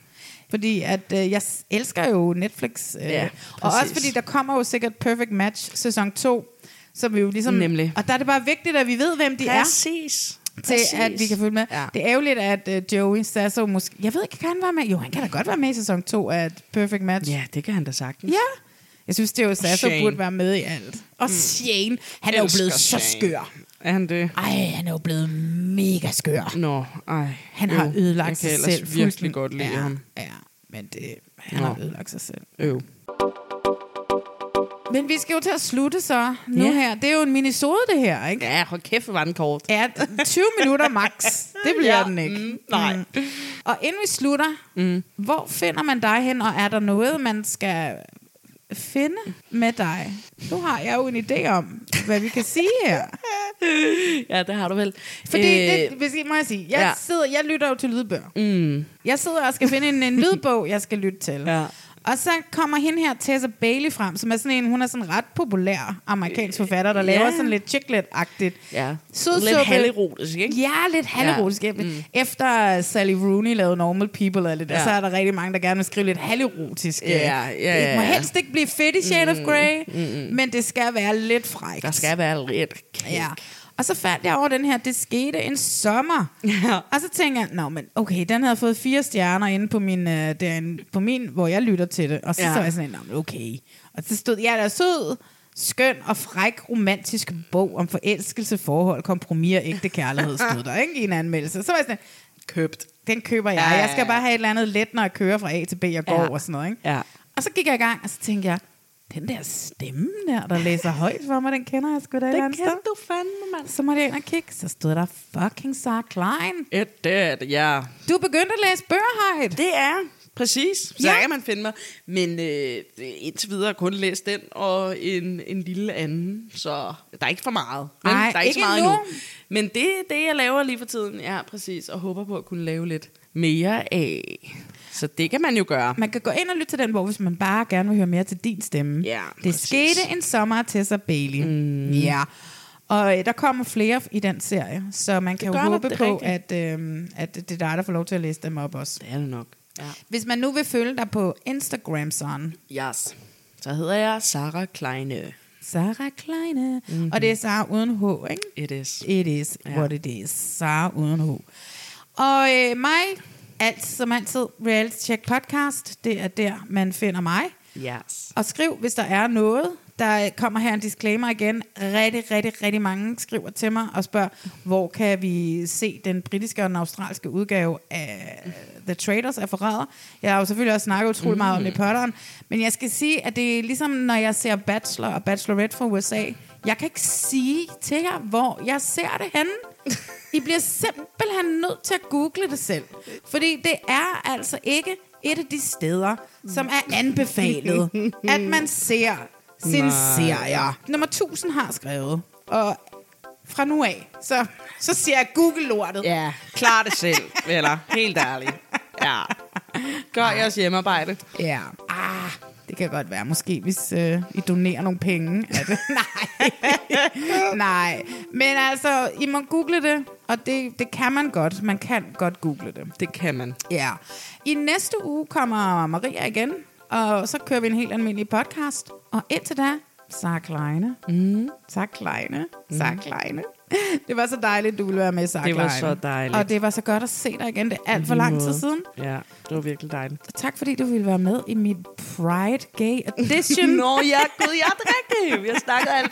Fordi at øh, jeg s- elsker jo Netflix. Øh, Ja, og også præcis. fordi der kommer jo sikkert Perfect Match sæson 2. Som vi jo ligesom, Nemlig. Og der er det bare vigtigt, at vi ved, hvem de er, Præcis. til at vi kan følge med. Ja. Ja. Det er ærgerligt, at øh, Joey Sasso måske... Jeg ved ikke, kan han være med? Jo, han kan da godt være med i sæson 2 af Perfect Match. Ja, det kan han da sagtens. Ja. Jeg synes, det er jo Sasso Shane. burde være med i alt. Og Shane, han er jo Mm. Elsker blevet så Shane. skør. Er han det? Ej, han er jo blevet mega skør. Nå, ej. Han har ødelagt Mm. jeg sig kan selv. ellers virkelig fuldstændig. godt lide ja, ham. Ja, men det, han Nå. har ødelagt sig selv. Øv. Men vi skal jo til at slutte så nu Ja. her. Det er jo en minisode det her, ikke? Ja, hold kæft, hvor var den kort. Ja, 20 minutter max. Det bliver Ja, den ikke. mm, nej. Og inden vi slutter, mm. hvor finder man dig hen, og er der noget, man skal finde med dig? Nu har jeg jo en idé om, hvad vi kan sige her. Ja, det har du vel. Fordi, øh, det, hvis I må jeg sige, jeg, ja. ja. sidder, jeg lytter jo til lydbøger. Mm. Jeg sidder og skal finde en, en lydbog, jeg skal lytte til. Ja. Og så kommer hende her, Tessa Bailey, frem, som er sådan en, hun er sådan ret populær amerikansk forfatter, der Øh, Ja. laver sådan lidt chiclet-agtigt. Ja. Sødsuppe. Lidt halverotisk, ikke? Ja, lidt halverotisk. Ja. Mm. Efter Sally Rooney lavede Normal People og lidt, ja. Ja. så er der rigtig mange, der gerne vil skrive lidt halverotisk. Ja, ja, ja, Det må ja. helst ikke blive Fifty Shade mm. of Grey, mm. men det skal være lidt frækt. Der skal være lidt kæk. Ja. Og så faldt jeg over den her, det skete en sommer. Ja. Og så tænker jeg, nå, men okay, den havde fået fire stjerner inde på min, øh, derinde, på min hvor jeg lytter til det. Og så, ja. Ja. så var jeg sådan, nå, men okay. Og så stod, ja, der er sød, skøn og fræk romantisk bog om forelskelse, forhold, kompromis og ægte kærlighed, stod der, ikke? I en anmeldelse. Så var jeg sådan, købt. Den køber jeg. Ja, ja, Jeg skal ja. bare have et eller andet let, når jeg kører fra A til B og går Ja. ja. og sådan noget, ikke? Ja. Og så gik jeg i gang, og så tænkte jeg, den der stemme der, der læser højt for mig, den kender jeg sgu da et eller andet sted. du fandme, mand. Så måtte jeg ind og kigge, så stod der fucking Sarah Klein. Et det, ja. Du er begyndt at læse bøger, Heid. Det er. Præcis. Så Ja. ja. kan man finde mig. Men øh, indtil videre har jeg kun læst den og en, en lille anden. Så der er ikke for meget. Men Ej, der er ikke, ikke så meget endnu. Men det er det, jeg laver lige for tiden. Ja, præcis. Og håber på at kunne lave lidt mere af. Så det kan man jo gøre. Man kan gå ind og lytte til den bog, hvis man bare gerne vil høre mere til din stemme. Ja, det præcis. skete en sommer af Tessa Bailey. Mm. Ja. Og øh, der kommer flere i den serie, så man kan jo gør der, håbe det er på, at, øh, at det er dig, der får lov til at læse dem op også. Det er det nok. Ja. Hvis man nu vil følge dig på Instagram, sådan. Yes. Så hedder jeg Sarah Kleine. Sarah Kleine. Mm-hmm. Og det er Sarah uden H, ikke? Mhm. It is. It is ja. what it is. Sara uden H. Og øh, mig, alt som altid, Reality Check Podcast, det er der, man finder mig. Yes. Og skriv, hvis der er noget. Der øh, kommer her en disclaimer igen. Rigtig, rigtig, rigtig mange skriver til mig og spørger, hvor kan vi se den britiske og den australske udgave af The Traders af forræder. Jeg har jo selvfølgelig også snakket utrolig meget om det i Potteren, men jeg skal sige, at det er ligesom, når jeg ser Bachelor og Bachelorette fra USA. Jeg kan ikke sige til jer, hvor jeg ser det henne. I bliver simpelthen nødt til at google det selv. Fordi det er altså ikke et af de steder, som er anbefalet, at man ser sin serie. Nummer 1000 har skrevet, og fra nu af, så, så siger jeg Google-lortet. Ja, klar det selv, eller? Helt ærligt. Ja. Gør jeres hjemmearbejde. Ja. Ah, det kan godt være, måske hvis øh, I donerer nogle penge. Er det? Nej. Nej. Men altså, I må google det, og det, det kan man godt. Man kan godt google det. Det kan man. Ja. I næste uge kommer Maria igen, og så kører vi en helt almindelig podcast. Og indtil da, Sarah Kleine. Mm. Sarah Kleine. Sarah Kleine. Det var så dejligt, du ville være med, Sarah Mm. Det var Kleine. så dejligt. Og det var så godt at se dig igen. Det er alt for lang tid siden. Ja, det var virkelig dejligt. Og tak, fordi du ville være med i mit Pride Gay Edition. Nå ja, gud, jeg er det rigtige. Jeg snakker alt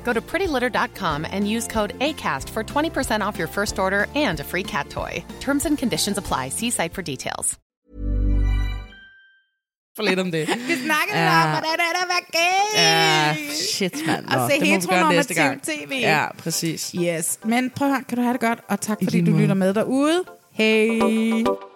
Go to prettylitter.com and use code ACAST for 20% off your first order and a free cat toy. Terms and conditions apply. See site for details. for lidt om det. Vi snakkede lidt Ja. om, hvordan er det at være gay? Ja, Ah, shit, mand. Og se det må vi gøre heteronormativ næste gang. TV. Ja, præcis. Yes, men prøv at høre, kan du have det godt, og tak fordi lige du måde. lytter med derude. Hej.